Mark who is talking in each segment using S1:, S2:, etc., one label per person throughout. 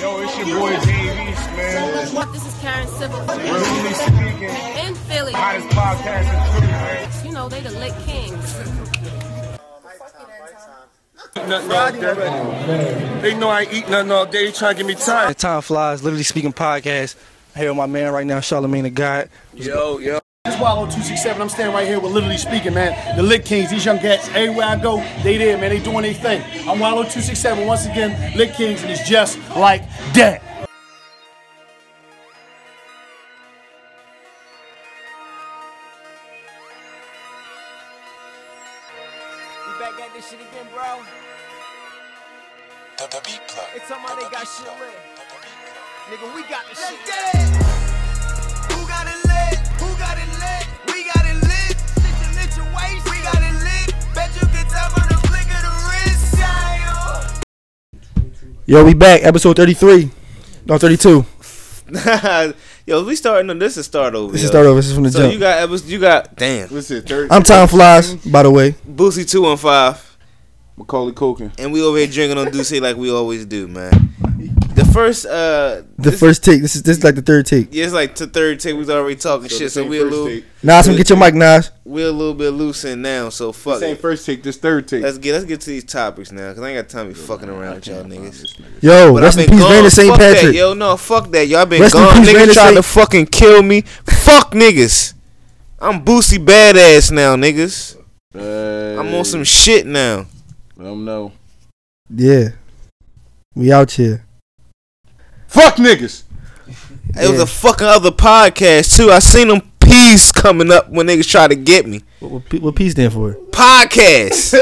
S1: Yo, it's your boy Dave East, man.
S2: This is Karen Civil
S1: Really speaking,
S2: in Philly.
S1: hottest podcast in Philly, man.
S2: You know, they the lit kings.
S3: nothing all day. They know I ain't eat nothing all day. They trying to give me time.
S4: The Time Flies, Literally Speaking Podcast. Here with my man right now, Charlemagne the God.
S3: Yo, yo.
S5: It's Wallow 267. I'm standing right here with Literally Speaking, man. The Lit Kings, these young cats, everywhere I go, they there, man. They doing their thing. I'm Wallow 267 once again, Lit Kings, and it's just like that.
S6: We back at this shit again, bro.
S7: The, the beat plug.
S6: It's somebody
S7: The- the
S6: got
S7: beat
S6: shit
S7: plug.
S6: lit.
S7: The, the beat plug.
S6: Nigga, we got this shit.
S8: Who got it lit? Who got it lit? We got it lit. Shit, you lit your waist. We got it lit. Bet you can tell by the flick of the wrist. Yeah, yo.
S4: Yo, we back, episode 33. No, 32.
S9: yo, if we starting on this is start over.
S4: This is
S9: yo.
S4: start over. This is from the
S9: So
S4: jump.
S9: you got episode, you got damn
S1: What's it, third?
S4: I'm Time Flies, by the way.
S9: Boosie two one five,
S1: Macaulay Culkin.
S9: and we over here drinking on Duce like we always do, man. The first uh,
S4: The
S9: this-
S4: first take. This is this is like the third take.
S9: yeah, it's like the third take we was already talking shit, so we a little
S4: Nas, come get your mic, Nas.
S9: we a little bit loose in now. So fuck
S1: This ain't
S9: it.
S1: first take, this third take.
S9: Let's get let's get to these topics now, cause I ain't got time to be fucking around with y'all niggas.
S4: Yo,
S9: But
S4: rest
S9: I've
S4: in
S9: been
S4: peace,
S9: gone.
S4: Vander St.
S9: Fuck that,
S4: Patrick.
S9: yo, no, fuck that. Y'all been
S4: Rest in
S9: gone.
S4: peace,
S9: Niggas
S4: Vander
S9: tried
S4: Saint-
S9: to fucking kill me. Fuck niggas. I'm Boosie badass now, niggas. I'm on some shit now.
S1: I don't know.
S4: Yeah. We out here.
S1: Fuck niggas.
S9: It was a fucking other podcast too. I seen them peas coming up when niggas try to get me.
S4: What, what, P- what P stand for?
S9: Podcast.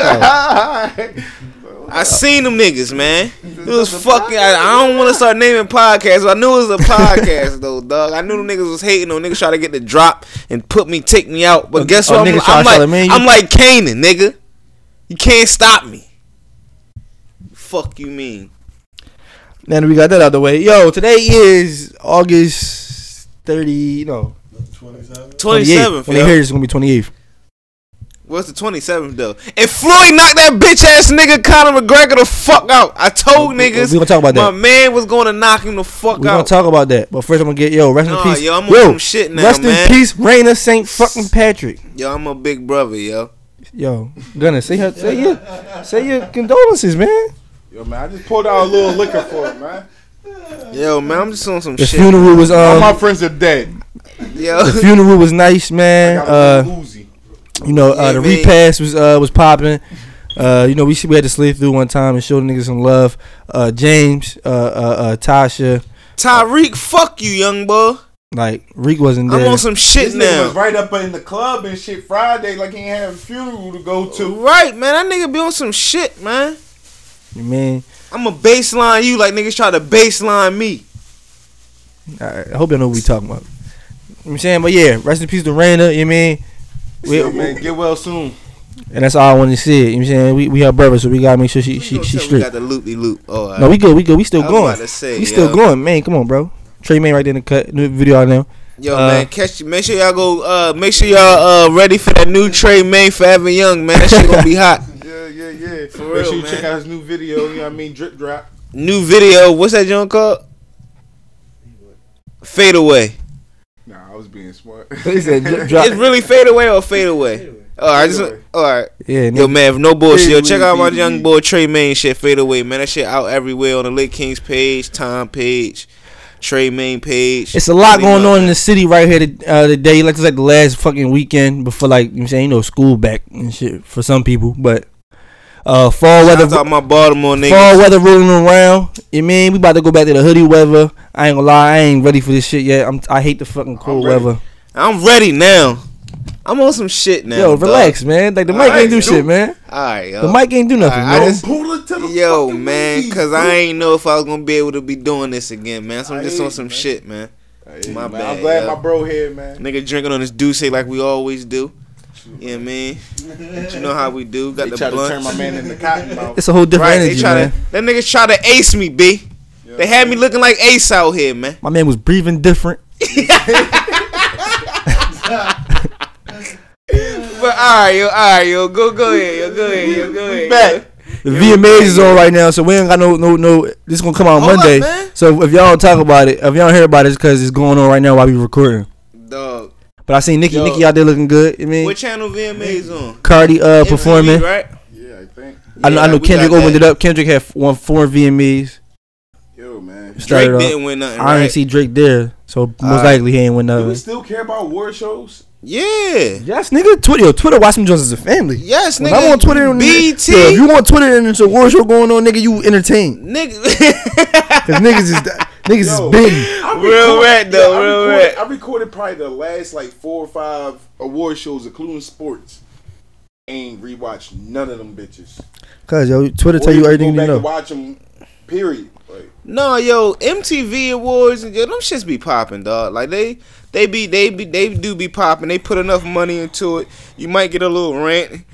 S9: I seen them niggas, man. It was fucking. I, I don't want to start naming podcasts. But I knew it was a podcast though, dog. I knew them niggas was hating on niggas try to get the drop and put me, take me out. But guess
S4: oh,
S9: what? I'm,
S4: niggas try
S9: I'm
S4: to
S9: like,
S4: tell it, man, you-
S9: I'm like Canaan, nigga. You can't stop me. Fuck you mean?
S4: Now that we got that out of the way. Yo, today is August 30. No, Oh, 28th.
S9: Twenty seventh.
S4: When they hear this, it's going to be 28th.
S9: What's the 27th though? If Floyd knocked that bitch ass nigga Conor McGregor the fuck out, I told
S4: We- we-
S9: niggas
S4: we gonna talk about
S9: my
S4: that.
S9: man was gonna knock him the fuck
S4: We're gonna
S9: out.
S4: talk about that, but first I'm gonna get yo rest
S9: Nah,
S4: in peace.
S9: yo, I'm on some shit now,
S4: rest
S9: man.
S4: in peace, Raina Saint fucking Patrick.
S9: yo, I'm a big brother, yo.
S4: Yo, gonna say her, say your say your condolences, man.
S1: Yo, man, I just pulled out a little liquor for it, man.
S9: Yo, man, I'm just on some
S4: The
S9: shit.
S4: funeral was
S1: All my
S4: um
S1: friends are dead.
S9: Yo,
S4: the funeral was nice, man.
S1: Got a
S4: Uh,
S1: little Uzi.
S4: you know uh,
S9: Yeah,
S4: the
S9: man.
S4: repast was uh was popping. Uh, you know we we had to sleep through one time and show the niggas some love. Uh, James, uh, uh, uh Tasha,
S9: Tyreek, fuck you, young boy.
S4: like Reek wasn't
S9: I'm
S4: there.
S9: on some shit
S1: This nigga was
S9: now.
S1: right up in the club and shit Friday, like he ain't have a funeral to go to.
S9: Right, man, that nigga be on some shit, man.
S4: man,
S9: I'm a baseline you like niggas try to baseline me.
S4: I, I hope y'all know what we talking about. You know what I'm saying, but yeah, rest in peace to Raina. You know what I mean. We-
S1: Yo, man, get well soon.
S4: And that's all I wanted to see. You know what I'm saying? We, we her brother, so we gotta make sure she
S9: You
S4: she,
S9: know,
S4: she
S9: we got
S4: straight.
S9: the loopy loop. Oh,
S4: No, we good, we good, we still
S9: I was
S4: going.
S9: about to say,
S4: we still
S9: yo.
S4: going, man. Come on, bro. Trey Main right there in the cut. New video out now.
S9: Yo
S4: Uh,
S9: man, catch you. Make sure y'all go. Uh, make sure y'all uh ready for that new Trey May Forever Young man. That shit gonna be hot.
S1: Yeah, yeah, yeah. For
S9: real,
S1: Make sure you
S9: man.
S1: check out his new video. You know what I mean? Drip drop.
S9: New video. What's that joint called? Fade away.
S1: Nah, I was being smart.
S4: He said drip drop.
S9: It's really fade away or fade away. All right, just, all right.
S4: Yeah,
S9: Yo
S4: nigga.
S9: man, no bullshit. Yo,
S1: Fade
S9: check
S1: away,
S9: out my
S1: fade
S9: young
S1: away.
S9: boy Trey Main shit. Fade away, man. That shit out everywhere on the Lit Kings page, Time page, Trey Main page.
S4: It's a lot
S9: Pretty
S4: going
S9: much.
S4: on in the city right here to- uh, today. Like it's like the last fucking weekend before like you know what I'm saying, you know, school back and shit for some people. But uh fall
S9: Shout
S4: weather
S9: out my Baltimore
S4: fall
S9: niggas.
S4: weather rolling around. You mean we about to go back to the hoodie weather. I ain't gonna lie, I ain't ready for this shit yet. I'm I hate the fucking cold
S1: ready.
S4: weather.
S9: I'm ready now. I'm on some shit now.
S4: Yo,
S9: dog.
S4: relax, man. Like the mic
S1: Relax,
S4: ain't do
S1: dude.
S4: shit, man.
S9: All right, yo.
S4: The mic ain't do nothing,
S9: Uh, I- I
S4: man.
S9: just-
S1: Pull it to the
S9: Yo,
S1: fucking
S9: man,
S1: lead,
S9: cause
S1: dude.
S9: I ain't know if I was gonna be able to be doing this again, man. So I'm just on some shit, man.
S1: Hey,
S9: My
S1: man,
S9: bad,
S1: I'm glad
S9: yo.
S1: my bro here, man.
S9: Nigga drinking on this Douce like we always do. You know what I mean? But you know how we do. Got
S1: They
S9: the
S1: try
S9: blunt.
S1: to turn my man into cotton mouth.
S4: It's a whole different
S9: right,
S4: energy,
S9: they try
S4: man.
S9: to. That niggas try to ace me, b. They had me looking like ace out here, man.
S4: My man was breathing different.
S9: But all right, yo, all right, yo, go, go ahead, yo, go ahead, yo, go ahead.
S1: back.
S9: yo.
S4: The VMAs is on right now, so we ain't got no no no. This gonna come out
S9: Hold up,
S4: Monday.
S9: man.
S4: so if y'all talk about it, if y'all hear about it, it's because it's going on right now while we recording.
S9: Dog.
S4: But I seen Nicki
S9: Yo.
S4: Nicki out there looking good. I mean,
S9: What channel VMA's on?
S4: Cardi uh
S9: MTV,
S4: performing.
S9: right?
S1: Yeah, I think.
S4: I know, I
S9: Yeah,
S4: know
S9: we
S4: Kendrick
S9: got
S4: opened
S9: that.
S4: it up. Kendrick had f- won four VMAs.
S1: Yo, man.
S4: Started
S9: Drake
S4: off.
S9: didn't win nothing.
S4: I
S9: right?
S4: ain't see Drake there, so most
S9: Alright.
S4: likely he ain't win
S1: Do we
S4: nothing.
S1: still care about war shows?
S9: Yeah.
S4: Yes, nigga. Twitter, yo, Twitter, watch them Jones as a family.
S9: Yes,
S4: When
S9: nigga.
S4: I'm on Twitter, and
S9: BT.
S4: Yeah, if you on Twitter and it's a war show going on, nigga, you entertained.
S9: Nigga.
S4: Cause niggas is niggas
S1: Yo.
S4: is big.
S1: I
S9: Real rap, though,
S1: I
S9: real
S1: recorded,
S9: rap.
S1: I recorded probably the last like four or five award shows, including sports. Ain't rewatched none of them bitches.
S4: Cause yo, Twitter tell
S1: Or
S4: you
S1: even
S4: everything
S1: go back
S4: you
S1: and
S4: know.
S1: watch them. Period. Like,
S9: no, yo, MTV awards and yo, them shits be popping, dog. Like they, they be, they be, they do be popping. They put enough money into it. You might get a little rant.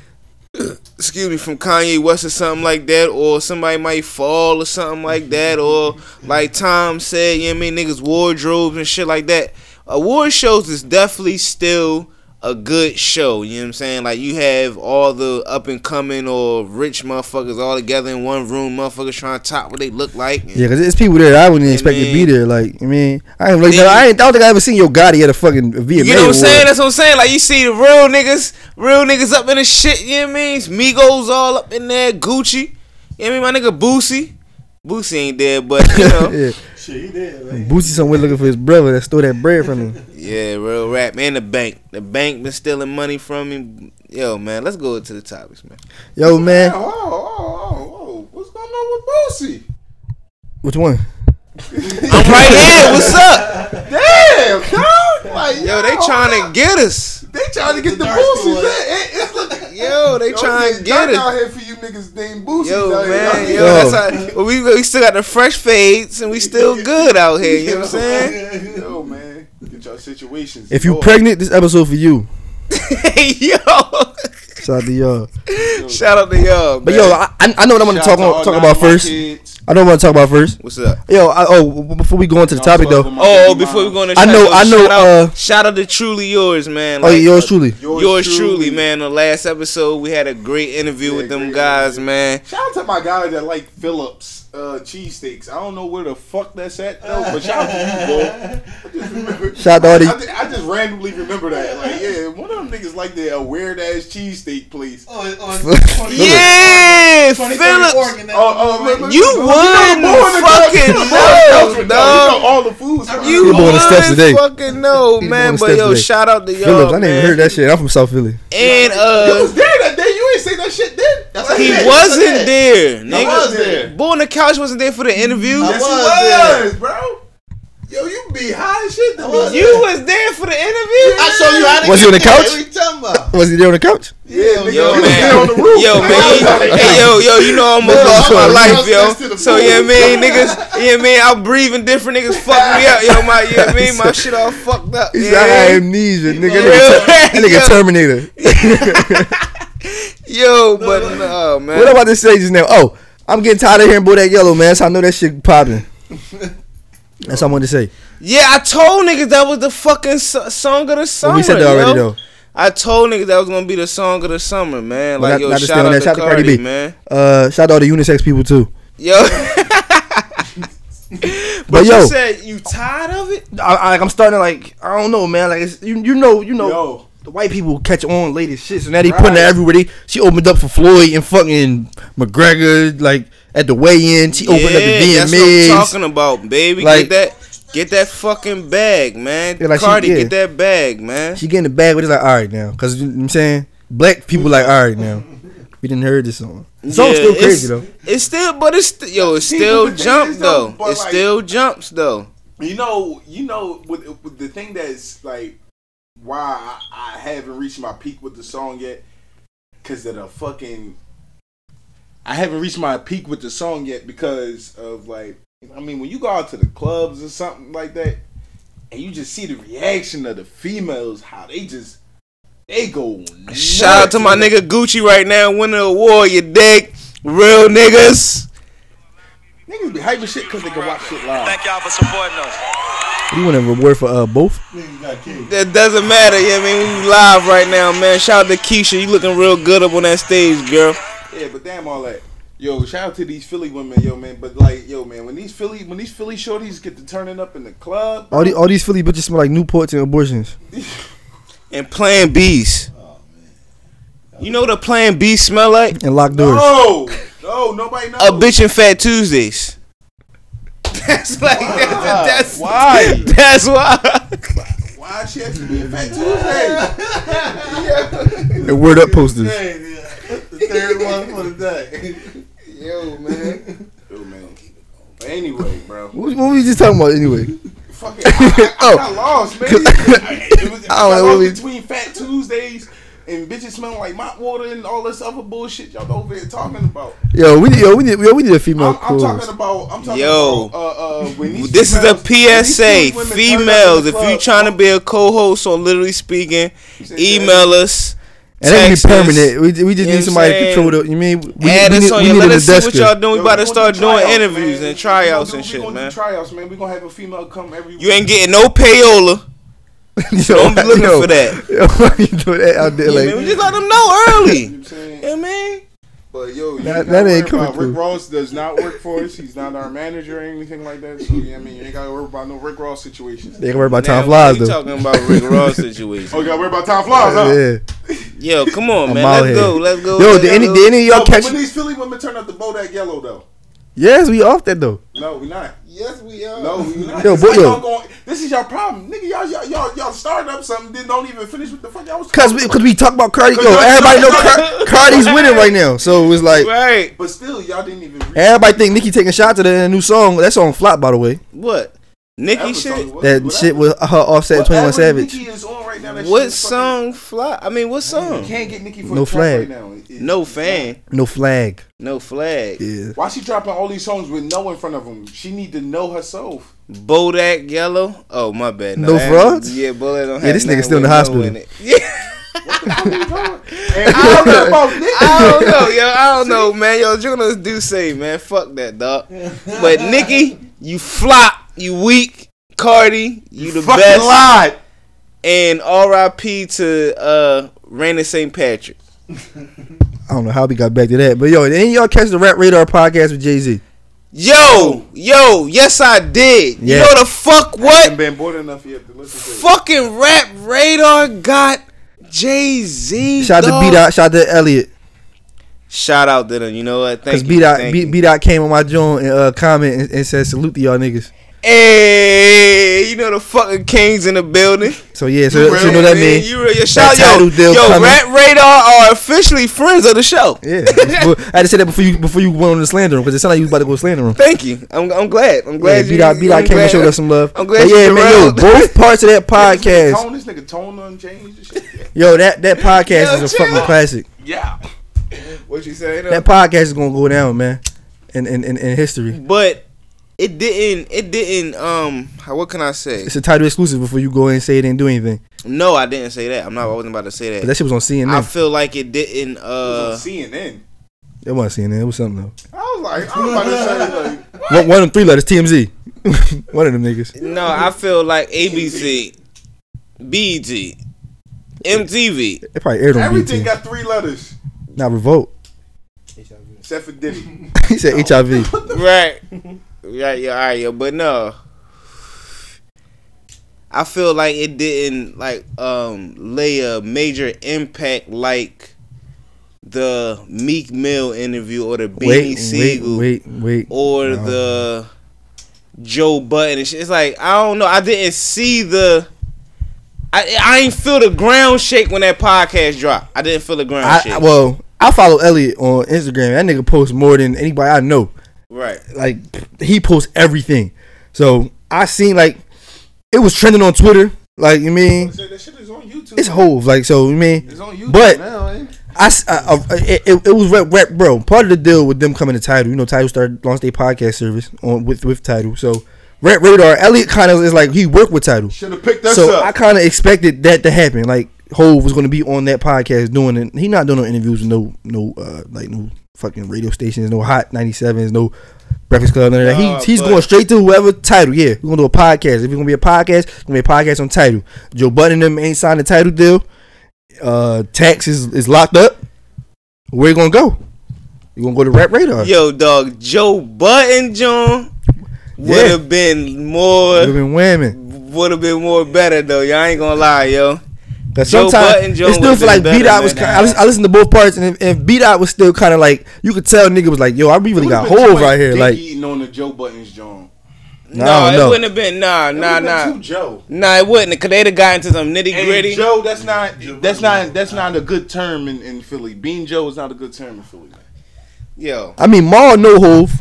S9: Excuse me, from Kanye West or something like that, or somebody might fall or something like that, or like Tom said, you know what I mean, niggas wardrobes and shit like that. Award shows is definitely still a good show. You know what I'm saying? Like you have all the up and coming or rich motherfuckers all together in one room, motherfuckers trying to top what they look like. and-
S4: Yeah, cause it's people there that I wouldn't even expect to be
S9: mean-
S4: there. Like, I mean, I ain't like,
S9: Then-
S4: I, ain't, I don't think I ever seen Yo Gotti at a fucking VMA.
S9: You know what I'm
S4: award.
S9: saying? That's what I'm saying. Like you see the real niggas, real niggas up in the shit. You know what I mean? Migos all up in there. Gucci. You know what I mean? My nigga Boosie. Boosie ain't dead, but you know. yeah.
S4: yeah. Boosie somewhere looking for his brother that stole that bread from him.
S9: real rap man. The bank. The bank been stealing money from him. Yo, man, let's go to the topics, man.
S4: Yo,
S1: man,
S4: man,
S1: oh, oh, oh, oh, what's going on with Boosie?
S4: which one?
S9: I'm right here. What's up?
S1: Damn, dog. Like,
S9: Yo, they trying to get us.
S1: They trying to get the, Boosies. man. It- it's like,
S9: Yo, they trying to get
S1: it.
S9: us.
S1: out here for you niggas named Boosies.
S9: Yo,
S1: out here.
S9: man, yo,
S4: Yo.
S9: that's how well, we, we still got the fresh fades and we still good out here. You know what I'm saying?
S1: Yo, man, get your situations.
S4: If you
S1: in order.
S4: pregnant, this episode for you.
S9: Hey, yo.
S4: Shout out to y'all.
S9: Shout out to y'all.
S4: uh, But
S9: man.
S4: yo, I, I know what I'm gonna
S1: Shout out
S4: talk
S1: to
S4: on,
S1: all
S4: talk
S1: nine
S4: about
S1: of my
S4: first.
S1: kids.
S4: I don't want to talk about first.
S9: what's up?
S4: Yo, I, oh, w- before we go into the topic
S1: Y'all talk
S4: though,
S1: about my
S9: Oh, oh, before we go into
S4: I know-
S9: track,
S4: I know,
S9: Shout out,
S4: uh,
S9: shout out to truly yours, man.
S4: oh yeah,
S9: Like,
S4: yours
S9: uh,
S4: truly.
S9: Yours, truly, man. The last episode, we had a great interview with them
S1: great
S9: guys, man.
S1: Shout out to my guy that like Phillips uh, cheesesteaks. I don't know where the fuck that's at though, but shout out to you, bro. I just remember-
S4: Shout out to
S1: I,
S4: all
S1: ju- I just randomly remember that. Like, yeah, one of them niggas like their weird ass cheesesteak place. Oh,
S9: Yeah, Phillips,
S7: Oregon,
S1: oh, look, look,
S9: you
S1: look, look,
S9: won
S1: more than
S9: fucking
S1: that.
S9: know,
S1: You know
S9: dog.
S1: all the food. spots.
S9: You
S4: He born
S9: won
S4: the steps today.
S9: fucking
S4: He
S9: no,
S4: born
S9: man.
S4: the
S9: But
S4: steps
S9: yo,
S4: today.
S9: shout out to y'all,
S4: Phillips, I didn't
S9: man.
S4: even heard that shit. I'm from South Philly.
S9: And
S1: You
S9: uh,
S1: was there that day. You ain't say that shit then. That's
S9: he
S1: it.
S9: wasn't there,
S1: I
S9: nigga.
S1: was there.
S9: Boy on the couch wasn't there for the interview.
S1: Yes, he was, bro. Yo, you be high as shit. to me.
S9: You was there for the interview.
S7: I show you how to
S4: Was he on the couch?
S7: What you talking about?
S4: Was he there on the couch?
S1: Yeah, nigga, you
S9: Yo
S1: was
S9: man,
S1: there on the roof.
S9: yo man, hey, yo yo, you know I almost
S4: Bro,
S9: lost my
S4: I'm
S9: life,
S1: lost next to
S9: yo.
S1: the
S9: So
S1: pool.
S9: yeah, man, niggas, yeah man, I'm breathing different niggas, fuck me up, yo my, yeah man, my shit all fucked up.
S4: He said,
S9: yeah,
S4: I
S9: man.
S4: had amnesia, nigga.
S9: was-
S4: That nigga, ter- that
S9: Yo.
S4: nigga Terminator.
S9: Yo, but no man,
S4: What I'm about to say just now? Oh, I'm getting tired of hearing boy that yellow man. So I know that shit popping. That's all I wanted to say.
S9: yeah, I told niggas that was the fucking so- song of the summer.
S4: But we said that
S9: yo.
S4: already though.
S9: I told niggas that was gonna be the song of the summer, man.
S4: Well, not-
S9: Like yo,
S4: not to stay on
S9: shout out
S4: that.
S9: to
S4: Shout out to Cardi
S9: Cardi,
S4: B.
S9: man.
S4: Uh, shout out to unisex people too.
S9: Yo,
S4: But,
S9: but
S4: yo,
S9: you said you tired of it.
S4: I, I, like I'm starting to like I don't know, man. Like it's, you, you know, you know.
S1: Yo.
S4: The white people catch on late as shit, so now they putting it everywhere. They, she opened up for Floyd and fucking McGregor, like at the weigh-in. She opened up the
S9: that's what I'm
S4: VMAs.
S9: talking about, baby.
S4: Like-
S9: get that, get that fucking bag, man.
S4: Yeah, like she-
S9: Cardi,
S4: yeah.
S9: get that bag, man.
S4: She getting the bag, but it's like all right now, cause you know what I'm saying black people like all right now. We didn't heard this song. The song's
S9: Yeah,
S4: still crazy
S9: it's-
S4: though.
S9: It's still, but it's st- yo,
S1: People
S9: it still
S1: do
S9: jumps
S1: this though,
S9: though.
S1: but
S9: It
S1: like-
S9: still jumps though.
S1: You know, you know, with, with the thing that's like why I, I haven't reached my peak with the song yet, because of the fucking. I haven't reached my peak with the song yet because of like, I mean, when you go out to the clubs or something like that, and you just see the reaction of the females, how they just they go.
S9: Shout out to my nigga Gucci right now, winning the award. You dick, real niggas.
S1: Niggas be hyping shit because they can watch shit live.
S6: y'all for supporting us.
S4: You want a reward for uh, both?
S9: That doesn't matter. Yeah, I mean we live right now, man. Shout out to Keisha. You looking real good up on that stage, girl.
S1: Yeah, but damn all that. Yo, shout out to these Philly women, yo man. But like, yo man, when these Philly when these Philly shorties get to turning up in the club,
S4: All, the, all these Philly bitches smell like Newports and abortions.
S9: And Plan B's. You know what a Plan B smell like?
S4: And locked doors.
S1: no, no, nobody knows.
S9: A bitch in Fat Tuesdays. That's like that's that's
S1: Why?
S9: that's why.
S1: Why she has to be in Fat Tuesday?
S4: And word up posters.
S7: the third one for the day. Yo, man.
S1: Yo man. But anyway, bro.
S4: What, what were we just talking about anyway?
S1: Fuck it. I, I, I got
S4: Oh.
S1: lost, man. It was, it was
S4: I don't know what
S1: lost
S4: we-
S1: between Fat Tuesdays and bitches smelling like mop water and all this other bullshit y'all over here talking about.
S4: Yo, we need, yo, we need, yo, we need a female
S1: I'm, I'm talking
S4: co-host.
S1: about. I'm talking
S9: Yo.
S1: about. Uh, uh, when these
S9: This is a
S1: females- when these
S9: PSA.
S1: women turn up in the
S9: Females, if you
S1: club- uh,
S9: trying to be a co-host on Literally Speaking, email us.
S4: And that
S9: text
S4: be
S9: us,
S4: permanent. We, we
S9: you
S4: just
S9: know what
S4: need somebody
S9: I'm
S4: to
S9: saying?
S4: control the. You mean we, we,
S9: Add us
S4: need,
S9: on
S4: we
S9: your.
S4: need
S9: Let
S4: an
S9: us see what y'all
S4: desker.
S9: doing. We
S1: Yo,
S9: about to
S1: we
S9: start
S1: gonna do
S9: doing
S1: tryouts,
S9: interviews
S1: man.
S9: and tryouts
S1: We gonna
S9: and
S1: do-
S9: shit,
S1: we gonna
S9: man.
S1: Do tryouts, man. We gonna have a female come every.
S9: You ain't getting no payola.
S4: Yo,
S9: Don't be looking
S4: yo,
S9: for that.
S4: Yo, why you doing that out there?
S9: Yeah, man, we
S4: Like,
S9: just let them know
S1: You know
S9: early.
S1: what I'm saying?
S9: Yeah, man.
S1: But yo, you not
S4: That- that ain't
S1: worry
S4: coming
S1: about- Rick
S4: through.
S1: Ross does not work for us. He's not our manager or anything like that. So yeah, I mean, you ain't gotta worry about no Rick Ross situations.
S4: they can worry about
S9: Now,
S4: time flies
S9: we
S4: though.
S9: talking about Rick Ross situation.
S1: Oh, you gotta worry about Tom Flies, huh?
S4: Yeah.
S9: Yo, come on,
S4: I'm
S9: man.
S4: out
S9: Let's
S4: here.
S9: go. Let's go.
S4: Yo,
S9: Let's
S4: did any,
S9: go.
S4: did any of
S1: Yo,
S4: y'all
S1: Oh, but
S4: catch?
S1: when these Philly women turn up the Bodak Yellow though.
S4: Yes, we off that though.
S1: No, we not.
S7: Yes, we are.
S1: No, we not.
S4: Yo,
S1: It's
S4: but
S1: like
S4: yo.
S1: y'all going- this is y'all problem, nigga. Y'all, y'all, y'all, y'all started up something, then don't even finish what the fuck y'all was.
S4: Cause
S1: talking
S4: we,
S1: about.
S4: cause we talk about Cardi. Yo,
S1: y'all-
S4: everybody know Car- Cardi's winning right now. So it's like
S9: Right.
S1: But still, y'all didn't even. Read
S4: everybody think Nicki taking shots at the new song. That song flop by the way.
S9: What? Nicki shit.
S4: That shit with her offset Twenty One Savage.
S1: Nicki is on right now, that shit
S9: What
S1: is
S9: song fly? I mean, what
S1: Fucking, you
S9: song?
S1: can't get Nicki for
S4: No
S1: the flag
S4: flag.
S1: right now. It- it-
S9: No fan,
S4: No flag.
S9: no flag.
S4: Yeah.
S1: Why she dropping all these songs with no in front of them? She need to know herself.
S9: Bodak Yellow. Oh my bad.
S4: No
S9: that-
S4: frauds?
S9: Yeah, Bodak don't have.
S4: Yeah, this nigga
S9: nothing
S4: still in the
S9: with no
S4: hospital.
S9: it. Yeah,
S1: And I don't know about Nicki.
S9: I don't know, yo. I don't know, man. Yo, journalists do say, man, fuck that, dog. But Nicki, you flop, you weak. Cardi, you the
S7: fucking
S9: best.
S7: lied.
S9: And R.I.P. to uh, Randy St. Patrick.
S4: I don't know how we got back to that, but yo, did any of y'all catch the Rap Radar podcast with Jay Z?
S9: Yo, yo, yes I did.
S4: Yeah.
S9: You know the fuck what?
S1: Ain't been bored enough yet to listen to. it.
S9: Fucking rap radar got Jay Z.
S4: Shout out to B Dot. Shout out to Elliot.
S9: Shout out to them. You know what? Thank
S4: Cause
S9: you.
S4: B Dot
S9: thank
S4: B
S9: you.
S4: B Dot came on my joint and uh, comment and, and said salute to y'all niggas.
S9: Hey, you know the fucking kings in the building.
S4: So yeah, so, so you
S9: Real,
S4: know what that
S9: man,
S4: means.
S9: You real, yo, shout yo,
S4: title deal
S9: yo,
S4: coming.
S9: Rap Radar are officially friends of the show.
S4: Yeah, but I had to say that before you before you went on the slander room because it sounded like you was about to go slander room.
S9: Thank you. I'm, I'm glad. I'm glad
S4: Yeah,
S9: you.
S4: B Dot B Dot
S9: I'm
S4: came and
S9: glad-
S4: showed us some love.
S9: I'm glad
S4: But
S9: you
S4: yeah, man, yo,
S9: derailed.
S4: both parts of that
S1: This nigga
S4: podcast,
S1: Tone, this nigga tone done changed and shit.
S4: yo, that that podcast
S9: Yo,
S4: is a
S9: chill
S4: fucking
S9: out.
S4: classic.
S1: Yeah.
S9: What you saying?
S4: That podcast is gonna go down, man, in in, in, in history.
S9: But it didn't. It didn't. Um, how, what can I say?
S4: It's a title exclusive before you go in and say it didn't do anything.
S9: No, I didn't say that. I'm not. I wasn't about to say
S4: But
S9: that.
S4: that shit was on
S9: I
S4: CNN.
S9: feel like it
S1: It
S9: didn't. Uh,
S1: was on CNN.
S4: It wasn't CNN. It was something though.
S1: I was like, I was about to say like.
S4: One, one of them three letters, TMZ. one of them niggas.
S9: No, I feel like ABC, BET, MTV.
S4: It probably aired on
S1: Everything
S4: BT.
S1: got three letters
S4: Not revolt.
S1: except for Diddy.
S4: he said HIV.
S9: Right. Right, yeah, all right, yeah. But no. I feel like it didn't like um lay a major impact like the Meek Mill interview or the Beanie
S4: Wait, wait,
S9: Siegel
S4: wait, wait.
S9: or
S4: No.
S9: the Joe Button and shit. It's like I don't know. I didn't see the. I, I ain't feel the ground shake when that podcast dropped. I didn't feel the ground
S4: I,
S9: shake.
S4: I- well, I follow Elliot on Instagram. That nigga posts more than anybody I know.
S9: right.
S4: Like he posts everything. So I seen like it was trending on Twitter. Like you mean
S1: that shit is on YouTube.
S4: it's Hove. Like so you mean.
S1: It's on YouTube.
S4: But
S7: Now, ain't it?
S4: I, s- I- I- it, it- it was rep, rep, bro. Part of the deal with them coming to title, you know, title started launched their podcast service on with with title. So rep radar, Elliot kind of is like he worked with title.
S1: should have picked us
S4: so
S1: up.
S4: I kind of expected that to happen. Like Hove was going to be on that podcast doing it. He not doing no interviews with no no uh, like no fucking radio stations, no hot ninety sevens, no Breakfast Club, none of that.
S9: Nah,
S4: he, he's
S9: but-
S4: going straight to whoever title. Yeah, we're gonna do a podcast. If it's gonna be a podcast, it's gonna be a podcast on title. Joe Budden and them ain't signed the title deal. Uh, tax is, is locked up. Where you gonna go? You gonna go to Rap Radar?
S9: Yo, dog, Joe Button, John would
S4: Yeah.
S9: have been
S4: You've
S9: more
S4: been whamming.
S9: would have been more better though. Y'all ain't gonna lie, yo.
S4: Cause
S9: Joe Button,
S4: sometimes
S9: Joe
S4: it still
S9: would've
S4: feel like
S9: been
S4: B Dot
S9: better
S4: was.
S9: than
S4: Kind
S9: that.
S4: I, listen, I listened to both parts, and if, if B Dot was still kind of like, you could tell nigga was like, "Yo, I really got holes right here." Like,
S1: eating on the Joe Buttons, John.
S9: No,
S4: no,
S9: it
S4: no.
S9: wouldn't have been. Nah, nah,
S1: Would've been
S9: nah.
S1: Two Joe.
S9: Nah, it wouldn't. have, Cause they'd have gotten to some nitty
S1: Hey,
S9: gritty.
S1: Joe, that's not that's not that's not a good term in, in Philly. Bean Joe is not a good term in Philly.
S9: Yo,
S4: I mean, Maul know Hove,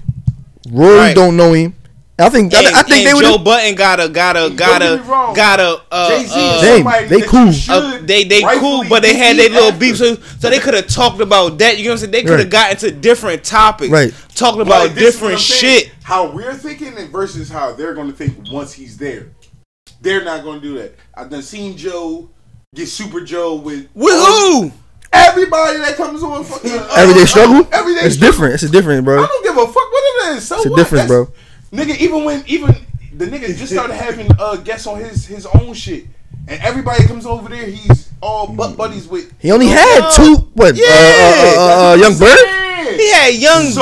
S4: Rory
S9: Right.
S4: don't know him. I think I,
S9: and,
S4: I think
S9: and
S4: they would.
S9: Joe Button got a got a got
S1: get
S9: a
S1: me wrong.
S9: got a uh,
S1: Jay Z,
S9: uh,
S4: Damn, they cool.
S9: Uh, they they cool, but they had their little beef, so, so they could have talked about that. You know what I'm saying? They could have
S4: Right.
S9: gotten to different topics,
S4: Right.
S9: Talking about different shit.
S1: How we're thinking and versus how they're going to think once he's there. They're not going to do that. I've done seen Joe get Super Joe with
S9: With who?
S1: everybody that comes on. Fucking, uh,
S4: Everyday struggle.
S1: Everyday
S4: it's
S1: struggle.
S4: different. It's a different, bro.
S1: I don't give a fuck what it is. So
S4: It's a
S1: what?
S4: difference,
S1: That's- Nigga, even when even the nigga just started having uh guests on his his own shit, and everybody comes over there, he's all butt buddies with.
S4: Hmm. He only had
S1: Young.
S4: two. What?
S9: Yeah,
S4: uh, uh, uh, uh,
S1: That's what
S4: Young
S1: I'm
S4: Bird.
S1: saying.
S9: He had Young
S1: So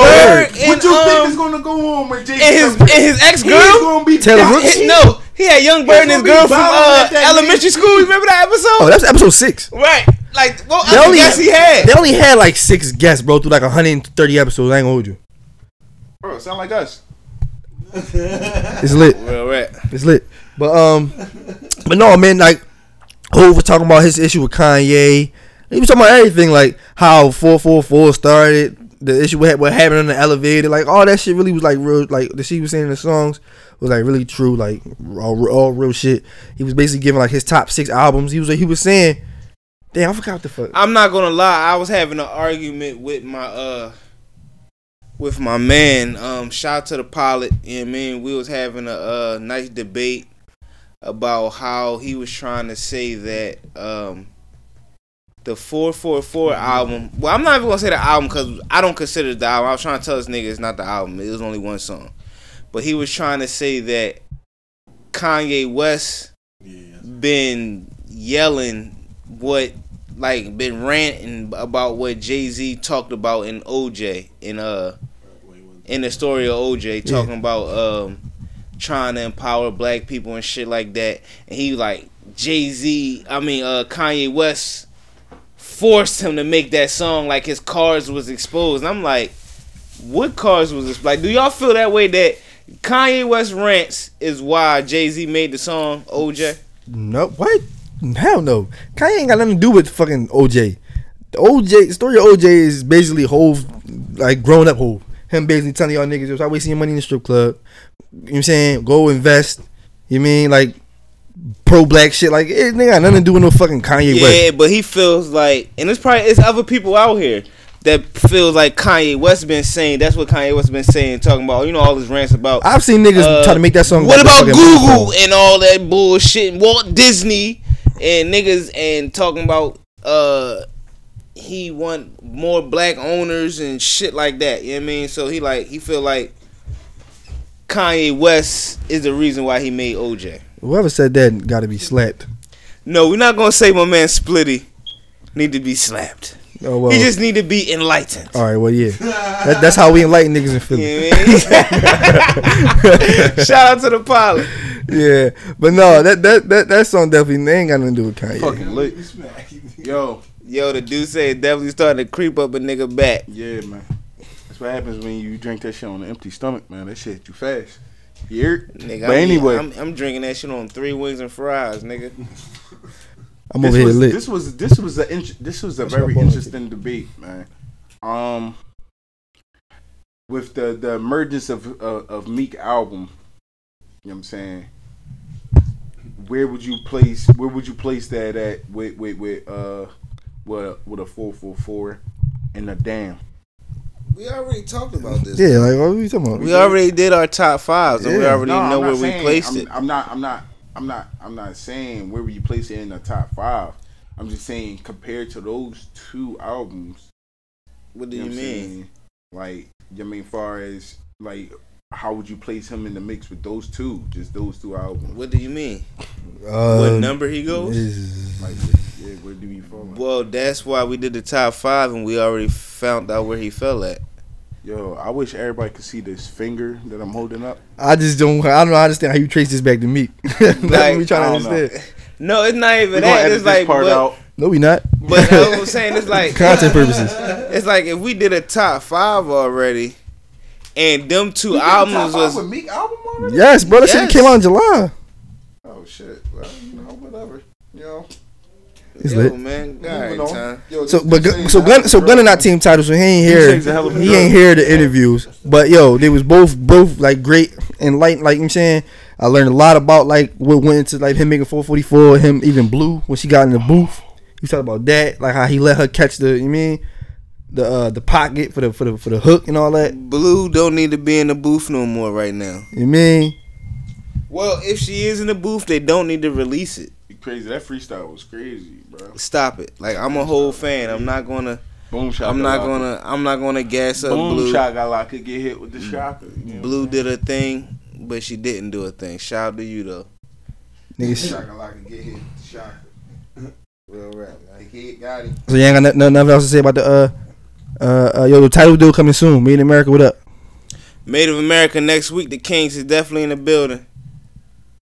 S1: what
S9: Bird and,
S1: you think
S9: um,
S1: is gonna go on when Jay
S9: and his and his ex girl.
S1: gonna be
S4: Taylor
S1: back.
S4: Brooks?
S1: He-
S9: No, he had Young Bird and his
S1: gonna be
S9: girl from
S1: violent
S9: uh,
S1: at that
S9: elementary
S1: meeting.
S9: school. You remember that
S4: Oh,
S9: episode?
S4: that's episode six.
S9: right. Like, well,
S4: They
S9: I
S4: only-
S9: guess he had.
S4: They only had like six guests, bro, through like 130 episodes. I ain't gonna hold you.
S1: Bro, sound like us.
S4: It's lit.
S9: Well, right.
S4: It's lit. But um, but no, man. Like, Hov was talking about his issue with Kanye. He was talking about everything, like how four four four started, the issue with what happened in the elevator, like all that shit. Really was like real. Like the shit he was saying in the songs was like really true, like all, all real shit. He was basically giving like his top six albums. He was he was saying, "Damn, I forgot what the fuck."
S9: I'm not gonna lie, I was having an argument with my uh with my man. Um shout out to the pilot, you know what I mean? We was having a uh nice debate about how he was trying to say that um the 444 album. Well, I'm not even gonna say the album because I don't consider it the album. I was trying to tell this nigga it's not the album. It was only one song, but he was trying to say that Kanye West been yelling what like been ranting about what Jay Z talked about in OJ in uh in the story of OJ talking about um trying to empower black people and shit like that and he like Jay Z I mean uh Kanye West forced him to make that song like his cards was exposed and I'm like what cards was this like do y'all feel that way that Kanye West rants is why Jay Z made the song OJ
S4: No, what? Hell no. Kanye ain't got nothing to do with fucking OJ. The OJ the story of OJ is basically whole like grown up whole. Him basically telling y'all niggas, "Yo, stop wasting your money in the strip club." You know what I'm saying? Go invest. You mean like pro black shit? Like it ain't got nothing to do with no fucking Kanye
S9: Yeah,
S4: West.
S9: but he feels like, and it's probably it's other people out here that feels like Kanye West been saying. That's what Kanye West been saying, talking about you know all his rants about.
S4: I've seen niggas
S9: uh,
S4: try to make that song.
S9: What
S4: the
S9: about
S4: fucking
S9: Google
S4: microphone.
S9: and all that bullshit? and Walt Disney and niggas and talking about uh he want more black owners and shit like that. You know what I mean? So he like he feel like Kanye West is the reason why he made OJ.
S4: Whoever said that got to be slapped.
S9: No, we're not gonna say my man Splitty need to be slapped.
S4: Oh well.
S9: He just need to be enlightened.
S4: all right, well, yeah. That, that's how we enlighten niggas in Philly.
S9: You know what I mean? Shout out to the pilot.
S4: Yeah, but no, that that that that song definitely ain't got nothing to do with Kanye.
S1: Fucking lit. Yo,
S9: Yo, the dude said definitely starting to creep up a nigga back.
S1: yeah, man. That's what happens when you drink that shit on an empty stomach, man. That shit hit you fast. You hear?
S9: Nigga,
S1: but
S9: I mean,
S1: anyway,
S9: I'm, I'm drinking that shit on three wings and fries, nigga.
S4: I'm
S1: this
S4: over here
S1: was,
S4: lit.
S1: this was this was a int- this was a
S4: my
S1: very
S4: ball right
S1: interesting debate, man. Um, with the the emergence of uh, of Meek album, you know what I'm saying. Where would you place where would you place that at with with with uh with a, with a four four four and a damn?
S9: We already talked about this.
S4: yeah, like what are you talking about?
S9: We already did our top fives, and we
S4: Yeah.
S9: already
S1: I'm
S9: know
S1: not
S9: where
S1: saying-
S9: we placed
S1: I'm,
S9: it.
S1: I'm not. I'm not. I'm not. I'm not saying where would you place it in the top five. I'm just saying compared to those two albums,
S9: what do
S1: You
S9: you
S1: know what I'm
S9: mean?
S1: saying? Like, you mean, far as like, how would you place him in the mix with those two? Just those two albums.
S9: What do you mean?
S4: Uh,
S9: what number he goes?
S4: is-
S1: Like, yeah, where do you fall?
S9: Well, that's why we did the top five, and we already found out where he fell at.
S1: Yo, I wish everybody could see this finger that I'm holding up.
S4: I just don't. I don't understand how you trace this back to me. That's what we
S9: Like,
S1: I
S4: trying to
S1: don't know.
S4: understand.
S9: No, it's not even
S1: We're gonna
S9: that.
S1: edit
S9: It's
S1: this
S9: like,
S1: part
S9: but,
S1: out.
S4: No, we not.
S9: but that's what I'm saying. It's like,
S4: Content purposes.
S9: it's like if we did a top five already, and them two
S7: Top
S9: albums
S7: five
S9: was
S7: with Meek album already?
S4: Yes, bro. That shit
S9: Yes.
S4: came out in July.
S7: Oh shit. Well, you know, whatever. You know,
S4: It's
S9: Yo,
S4: lit.
S9: man,
S7: moving
S9: God,
S7: on.
S9: time.
S7: Yo,
S4: So,
S7: this
S4: but
S7: dude
S4: Gun-
S7: saying
S4: so Glenn, so
S7: bro.
S4: Glenn not team titles, so he ain't hear.
S1: Shakes a hell of a
S4: He
S1: drug.
S4: ain't hear the interviews. But yo, they was both both like great and light. Like you know what I'm saying, I learned a lot about like what went into like him making 444, him even blue when she got in the booth. You talked about that, like how he let her catch the you mean the uh, the pocket for the for the for the hook and all that.
S9: Blue don't need to be in the booth no more right now.
S4: You mean
S9: Well, if she is in the booth, they don't need to release it.
S1: You crazy? That freestyle was crazy, bro.
S9: Stop it. Like I'm a whole fan. I'm not gonna.
S1: Boom shot.
S9: I'm
S1: got
S9: not
S1: locked.
S9: gonna. I'm not gonna gas up
S1: Boom
S9: Blue.
S1: shot got like could get hit with the
S9: Mm.
S1: shocker. You know?
S9: Blue did a thing, but she didn't do a thing. Shout out to you though.
S4: niggas?
S7: Shaka Laka get hit. Shaka. Real rap. The kid got it.
S4: So you ain't got nothing, nothing else to say about the uh uh, uh yo the title deal coming soon. Me in America, what up?
S9: Made of America next week. The Kings is definitely in the building.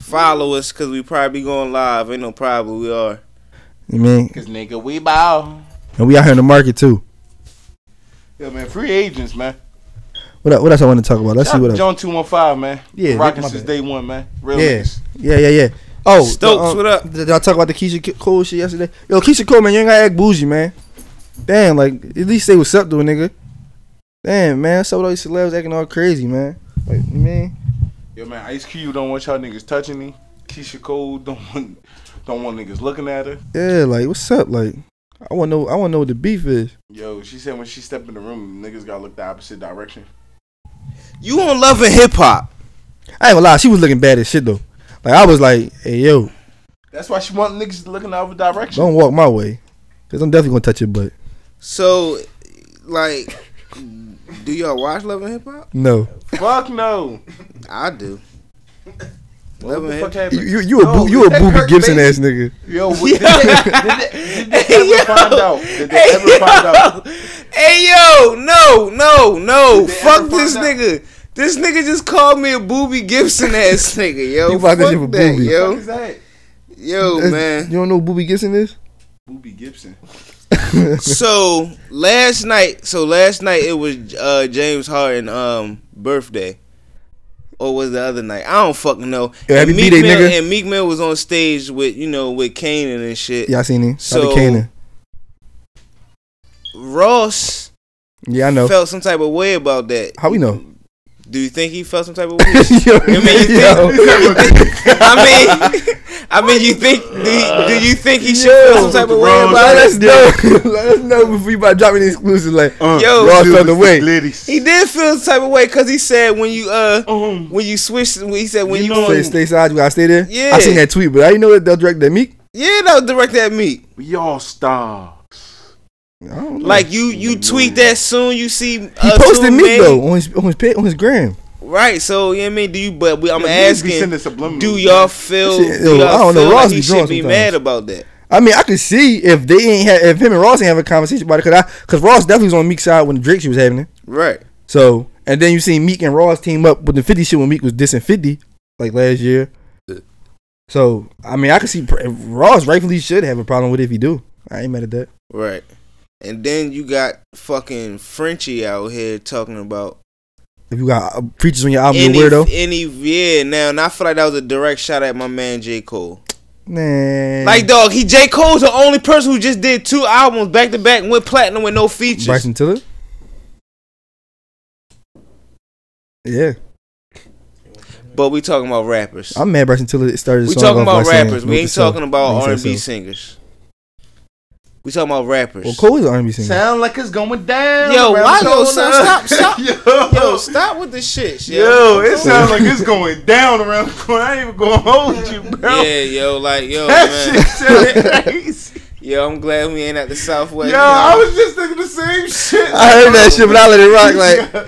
S9: Follow us because we probably going live. Ain't no problem. We are.
S4: You mean?
S1: Cause nigga, we bow.
S4: And we out here in the market too.
S1: Yo, man, free agents, man.
S4: What up? What else I want to talk about? Let's see what else.
S1: John two one five, man.
S4: Yeah,
S1: Yeah, rocking
S4: my
S1: since
S4: bad.
S1: day one, man. Real
S4: Yeah.
S1: niggas.
S4: Yeah, yeah, yeah. Oh,
S9: Stokes,
S4: uh,
S9: what up?
S4: Did y'all talk about the Keisha K- Cole shit yesterday? Yo, Keisha Cole, man, you ain't gotta act bougie, man. Damn, like at least say what's up to a nigga. Damn, man, so all these celebs acting all crazy, man. Like, you mean?
S1: Yo, man, Ice Cube don't want y'all niggas touching me. Keisha Cole don't want don't want niggas looking at her.
S4: Yeah, like what's up? Like, I want to know. I want to know what the beef is.
S1: Yo, she said when she stepped in the room, niggas gotta look the opposite direction.
S9: You on Love and Hip Hop?
S4: I ain't gonna lie, she was looking bad as shit though. Like I was like, hey yo,
S1: That's why she want niggas to look in the other direction.
S4: don't walk my way, cause I'm definitely gonna touch your butt.
S9: So, like, do y'all watch Love and Hip Hop?
S4: No,
S1: Fuck no.
S9: I do.
S1: What
S9: Love
S1: the
S9: and
S1: fuck
S9: Hip
S1: happened?
S4: you you, you a
S1: No,
S4: boo, you a
S1: that
S4: Booby
S1: Kirk
S4: Gibson
S1: Basie-
S4: ass nigga.
S1: Yo, what, did, they, did, they, did they ever find out? Did they ever find out?
S9: Hop. Hey yo, no, no, no!
S1: Did they
S9: Fuck
S1: ever
S9: this
S1: find out?
S9: nigga. This nigga just called me a booby Gibson ass nigga, yo.
S4: You about
S9: fuck
S4: to give a
S9: that,
S4: Boobie.
S1: What
S9: yo,
S1: is that?
S9: yo,
S4: That's-
S9: man.
S4: you don't know who Booby Gibson is?
S1: Boobie Gibson.
S9: so last night, so last night it was uh, James Harden um birthday, or was the other night? I don't fucking know.
S4: Yo, happy
S9: and, Meek
S4: B-Day,
S9: Mill,
S4: nigga.
S9: and Meek Mill was on stage with you know with Kanan and shit.
S4: Yeah, I seen him. Shout out to
S9: So-
S4: Kanan.
S9: Ross
S4: Yeah, I know.
S9: felt some type of way about that.
S4: How we know?
S9: Do you think he felt some type of way?
S4: yo,
S9: I mean, you
S4: yo.
S9: think, I mean, I mean, you think? Do you, do you think he should feel some type of way
S1: Ross-
S9: about
S4: let
S9: it?
S4: us know. let us know before you about dropping the exclusive. Like,
S1: Uh.
S9: Yo,
S4: Ross felt Uh, the way.
S1: Glitties.
S9: He did feel some type of way because he said when you uh when you switch, when he said when you, on,
S4: Stay, stay side. You gotta stay there.
S9: Yeah.
S4: I seen that tweet, but I didn't know that they'll direct that meek.
S9: yeah, that was directed at me.
S1: We all star.
S4: I don't know.
S9: Like you, you tweet that soon. You see, he
S4: he posted meek though on his on his pit on his gram.
S9: Right, so you know what I mean. Do you? But we, I'm
S1: Yeah, niggas be sending
S9: asking,
S1: subliminals,
S9: do
S1: man.
S9: y'all feel?
S4: Shit,
S9: do
S4: yo,
S9: y'all
S4: I don't know,
S9: feel
S4: Ross
S9: Like
S4: be
S9: he
S4: drunk
S9: should be
S4: sometimes.
S9: mad about that.
S4: I mean, I could see if they ain't have, if him and Ross ain't have a conversation about it, cause I cause Ross definitely was on Meek's side when the Drake shit was happening.
S9: Right.
S4: So and then you seen Meek and Ross team up with the Fifty shit when Meek was dissing Fifty like last year. So I mean, I could see pr- Ross rightfully should have a problem with it if he do. I ain't mad at that.
S9: Right. And then you got fucking Frenchie out here talking about
S4: If you got uh, preachers on your album,
S9: any,
S4: you're weirdo.
S9: any yeah now, and I feel like that was a direct shot at my man J Cole.
S4: Nah.
S9: Like dog, he J Cole's the only person who just did two albums back to back and went platinum with no features.
S4: Bryson Tiller. Yeah,
S9: But we talking about rappers.
S4: I'm mad. Bryson Tiller started. the
S9: We
S4: song
S9: talking
S4: off by
S9: about
S4: saying,
S9: rappers.
S4: "Milk
S9: We ain't
S4: yourself."
S9: talking about
S4: Milk
S9: R and B
S4: yourself.
S9: singers. We talking about rappers.
S4: Well, Cole is an R&B singer.
S1: Sound like it's going down.
S9: Yo,
S1: around
S9: why
S1: the
S9: yo
S1: corner.
S9: stop stop stop
S1: Yo,
S9: yo stop with the shit yo.
S1: Yo, it sounds like it's going down around the corner. I ain't even gonna hold you, bro.
S9: Yeah, yo, like yo,
S1: that
S9: man.
S1: shit sounded crazy.
S9: Yo, I'm glad we ain't at the Southwest.
S1: Yo, I was just thinking the same shit.
S4: I heard that shit, but I let it rock.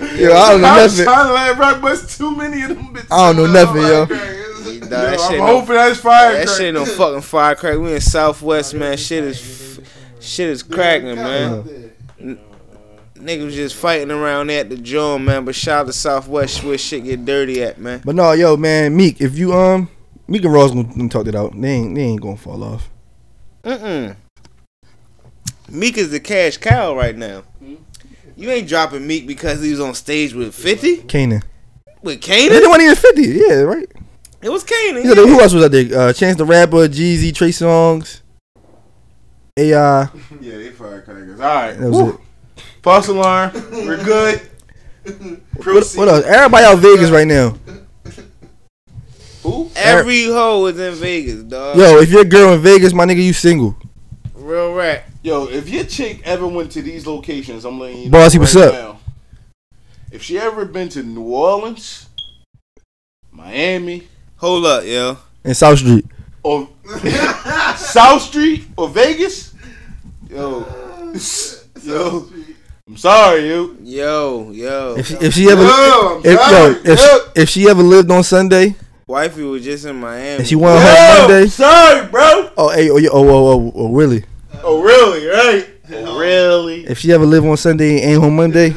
S4: Like, yo, I don't know
S1: I was
S4: nothing.
S1: trying to let it rock, but it's too many of them bitches.
S4: I don't know nothing, yo.
S9: Nah,
S1: Yo,
S9: that
S1: I'm
S9: shit no,
S1: hoping that's fire.
S9: that shit no fucking firecracker. We in Southwest, man. Shit is, f- shit is cracking, man. Niggas just fighting around at the joint, man. But shout out to Southwest where shit get dirty at, man.
S4: But no, yo, man, Meek, if you um, Meek and Ross gonna, gonna talk it out. They ain't they ain't gonna fall off.
S9: Mm-mm. Meek is the cash cow right now. You ain't dropping Meek because he was on stage with 50?
S4: Kanan.
S9: With
S4: They
S9: Kanan?
S4: weren't even fifty. Yeah, right.
S9: It was Kanan.
S4: You know,
S9: yeah.
S4: Who else was out there? Uh, Chance the Rapper, Jeezy, Trey Songs, AI.
S1: Yeah, they firecrackers. All right.
S4: That was
S1: Woo.
S4: it.
S1: False alarm. We're good.
S4: What,
S1: Proceed.
S4: what else? Everybody out Vegas right now.
S1: Who?
S9: Every hoe is in Vegas, dog.
S4: Yo, if your girl in Vegas, my nigga, you single.
S9: Real rap.
S1: Yo, if your chick ever went to these locations, I'm letting you
S4: Bossy,
S1: know
S4: what's
S1: right
S4: up?
S1: now. If she ever been to New Orleans, Miami,
S9: Hold up, yo.
S4: In South Street.
S1: or South Street, or Vegas, yo, yo, I'm sorry, you.
S9: Yo, yo.
S4: If she, if she ever
S1: Yo, I'm
S4: if, yo,
S1: sorry.
S4: if,
S1: Yo.
S4: she, if she ever lived on Sunday
S9: Wifey was just in Miami.
S4: and she went
S9: Uh-huh,
S1: Yo,
S4: home
S1: I'm
S4: Monday.
S1: sorry, bro.
S4: Oh, hey, oh, yeah, oh, oh, oh, oh, really?
S1: Oh, really? Right? Oh, really?
S4: If she ever live on Sunday and ain't home Monday,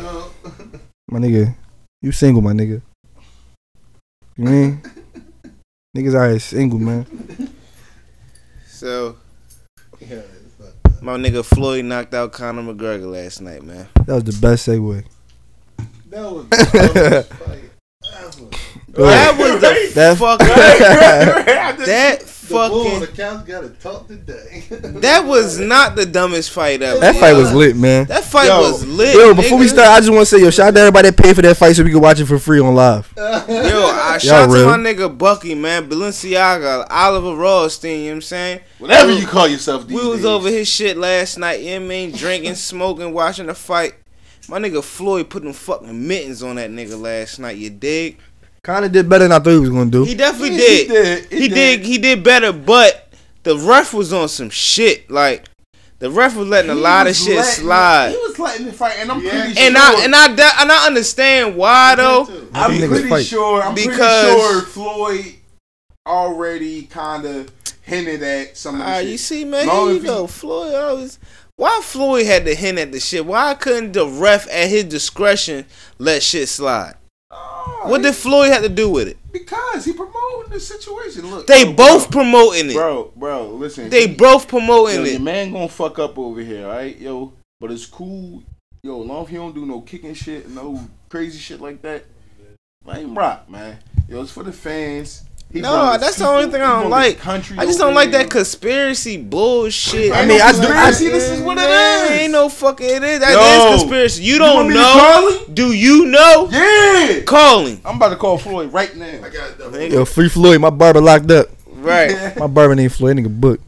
S4: my nigga, you single, my nigga. You mean? Niggas out here single, man.
S9: So, my nigga Floyd knocked out Conor McGregor last night, man.
S4: That was the best segue.
S7: That was the toughest fight ever.
S9: That was the
S4: That-
S9: fucking. that
S7: The bull on the
S9: fucking.
S7: couch got to talk today.
S9: That was not the dumbest fight ever.
S4: That
S9: yo.
S4: fight was lit, man.
S9: That fight
S1: Yo.
S9: was lit.
S4: Yo, before we
S9: nigga.
S4: start, I just want to say, yo, shout out to everybody that paid for that fight so we could watch it for free on live.
S9: Yo, I shout
S4: real.
S9: to my nigga Bucky, man, Balenciaga, Oliver Rothstein, you know what I'm saying?
S1: Whatever you call yourself these
S9: We was
S1: days.
S9: over his shit last night, you know what I mean? Drinking, smoking, watching the fight. My nigga Floyd put them fucking mittens on that nigga last night, you dig?
S4: Kind of did better than I thought he was gonna do.
S9: He definitely
S1: Yeah, he
S9: did.
S1: did. He
S9: He did.
S1: did.
S9: He did better, but the ref was on some shit. Like the ref was letting a lot of
S1: was
S9: shit
S1: letting-
S9: slide.
S1: He was letting it fight, and I'm pretty sure.
S9: And I and I de- and I understand why though.
S1: I'm
S4: Them niggas
S1: pretty
S4: fight.
S1: sure. I'm
S9: Because-
S1: pretty sure Floyd already kind of hinted at some of the
S9: Ah,
S1: shit.
S9: you see, man,
S1: Long
S9: here
S1: as
S9: you
S1: he-
S9: go. Floyd always. Why Floyd had to hint at the shit? Why couldn't the ref at his discretion let shit slide?
S1: Oh,
S9: What
S1: he-
S9: did Floyd have to do with it?
S1: because he promoting the situation. Look,
S9: They
S1: yo,
S9: both promoting it.
S1: bro, bro. Listen,
S9: They
S1: he-
S9: both
S1: yo, your
S9: promoting it.
S1: man gonna fuck up over here, all right, yo. But it's cool, yo. Long if he don't do no kicking shit, no crazy shit like that. Lame rock, man. Yo, it's for the fans. He
S9: No,
S1: brought his
S9: that's the
S1: people.
S9: only thing
S1: He
S9: I
S1: brought
S9: don't
S1: the
S9: like.
S1: Country
S9: I just don't like that
S1: because.
S9: conspiracy bullshit.
S1: I
S4: mean,
S1: no
S4: I do- I-
S1: conspiracy, this is what it is.
S9: Ain't no fucking it is. That
S1: Yo.
S9: is conspiracy. You
S1: want
S9: don't
S1: me to call
S9: know.
S1: him?
S9: Do you know?
S1: Yeah.
S9: Calling.
S1: I'm about to call Floyd right now.
S7: I got the
S4: Yo, free Floyd, my barber locked up.
S9: Right.
S4: My barber named Floyd, that nigga book.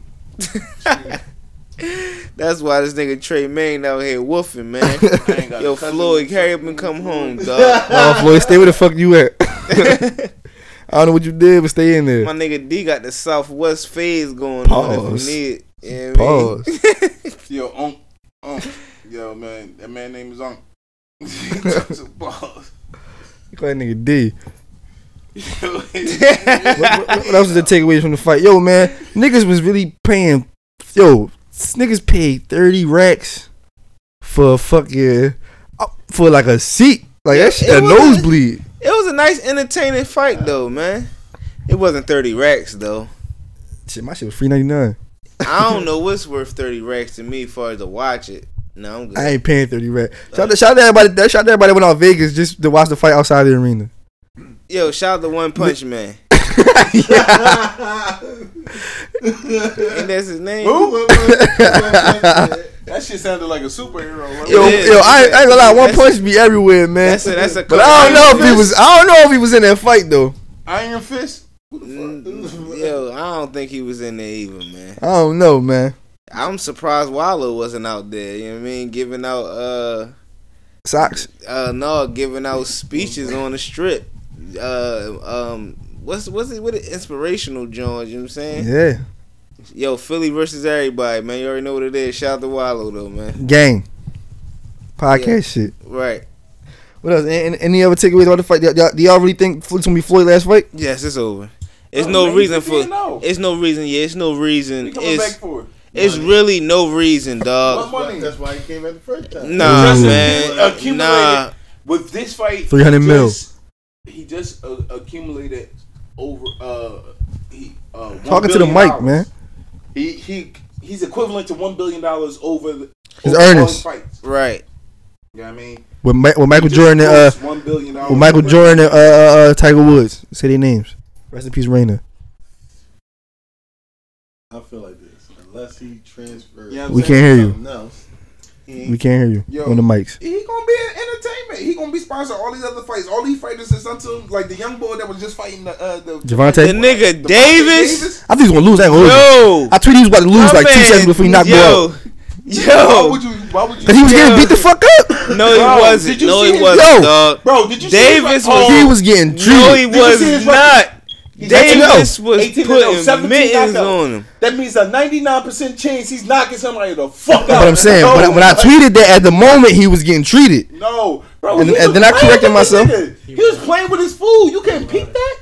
S9: That's why this nigga Trey Maine out here woofing,
S1: I ain't
S9: man.
S1: got
S9: Yo,
S1: a cousin.
S9: Floyd, carry up and come home, dog.
S4: Oh, Floyd, stay where the fuck you at. I don't know what you did, but stay in
S9: My
S4: there.
S9: nigga D got the Southwest phase going on. If
S4: Pause.
S9: you need. it. You know what I mean?
S4: Pause.
S1: Yo, Unc. Unc. Yo, man. That man name is Unc. Talks to balls.
S4: You call that nigga D.
S1: Yo,
S4: What, what, what else was the takeaways from the fight? Yo, man, niggas was really paying. Yo, s- niggas paid thirty racks for a fucking uh, for like a seat, like that shit,
S9: it
S4: a
S9: was-
S4: nosebleed.
S9: It was a nice, entertaining fight, though, man. It wasn't 30 racks, though.
S4: Shit, my shit was free ninety nine.
S9: I don't know what's worth 30 racks to me as far as to watch it. No, I'm good.
S4: I ain't paying thirty racks. Shout out, shout out to everybody. that- Shout out to everybody that went out Vegas just to watch the fight outside the arena.
S9: Yo, shout out to One Punch Man. and that's his name.
S1: that shit sounded like a superhero. Like,
S4: Yo,
S9: Yeah.
S4: yo, I, ain't- I ain't gonna lie. One
S9: That's-
S4: punch be everywhere, man.
S9: That's a, that's a.
S4: but I don't know if he was. I don't know if he was in that fight though.
S1: Iron Fist?
S9: Mm, Yo, I don't think he was in there either, man.
S4: I don't know, man.
S9: I'm surprised Wallow wasn't out there. You know what I mean? Giving out uh
S4: Socks.
S9: uh no, giving out speeches on the strip. Uh um. What's what's it? What it- inspirational Jones? You know what I'm saying?
S4: Yeah,
S9: Yo, Philly versus everybody, man. You already know what it is. Shout out to Wallow though, man.
S4: gang. Podcast shit.
S9: Right?
S4: What else? Any, any other takeaways about the fight? Do y'all, do y'all really think it's gonna be Floyd last fight?
S9: Yes, it's over. It's
S1: Oh,
S9: no
S1: man,
S9: reason
S1: you
S9: for.
S1: didn't know.
S9: It's no reason. Yeah, it's no reason.
S1: We coming
S9: It's
S1: back for it.
S9: It's really no reason, dog.
S1: Money.
S7: That's why he came at the first time.
S9: Nah,
S1: Justin
S9: man.
S1: accumulated
S9: Nah.
S1: with this fight.
S4: 300
S1: he
S4: mil.
S1: just- He just uh, accumulated over. Uh, he uh, $1
S4: Talking to the
S1: billion
S4: mic, man.
S1: He he he's equivalent to one billion dollars over the,
S4: His
S1: over all
S4: earnings.
S1: his fights.
S9: Right.
S1: You know what I mean?
S4: With, Ma- with Michael
S1: Just
S4: Jordan and uh,
S1: grossed one billion dollars.
S4: with Michael Jordan and uh, uh, uh, Tiger Woods. Say their names. Rest in peace, Raina.
S7: I feel like this. Unless he transfers
S1: You know what I'm
S4: We
S1: saying?
S4: can't hear you.
S7: something else, he
S4: We can't hear you
S1: Yo.
S4: on the mics.
S1: He gonna be in entertainment. He gonna be sponsoring all these other fights. All these fighters is until like the young boy that was just fighting the uh, the
S9: The
S4: Javante,
S9: nigga
S1: the-
S9: Davis.
S4: I think he's gonna lose. I ain't gonna hold you.
S9: Yo.
S4: I tweeted he was about to lose
S9: my
S4: like two
S9: man,
S4: seconds before he knocked me
S9: yo,
S4: out.
S1: Why
S9: Yo.
S1: would you? Why would you?
S4: Cause he was
S9: Yo.
S4: getting beat the fuck up.
S1: Bro,
S9: No, he
S1: did
S9: wasn't.
S1: you
S9: No,
S1: see
S9: he
S1: his-
S4: Yo.
S9: wasn't, dog.
S1: Bro, did you?
S9: Davis
S1: see his- oh.
S9: was-
S4: he was getting
S9: No, he
S4: treated.
S1: you see
S9: was
S1: his
S9: not.
S1: Did you
S9: Davis
S1: see-
S9: was
S1: 18 and oh,
S9: putting
S1: 17
S9: mittens
S1: knockout.
S9: on him.
S1: That means a ninety nine percent chance he's knocking somebody the fuck out.
S4: But I'm saying,
S1: no,
S4: when I, when I tweeted that at the moment, he was getting treated.
S1: no, bro.
S4: And-
S1: he
S4: and
S1: was
S4: then I
S1: playing
S4: corrected
S1: with this
S4: myself.
S1: nigga. He was playing with his food. You can't peek that.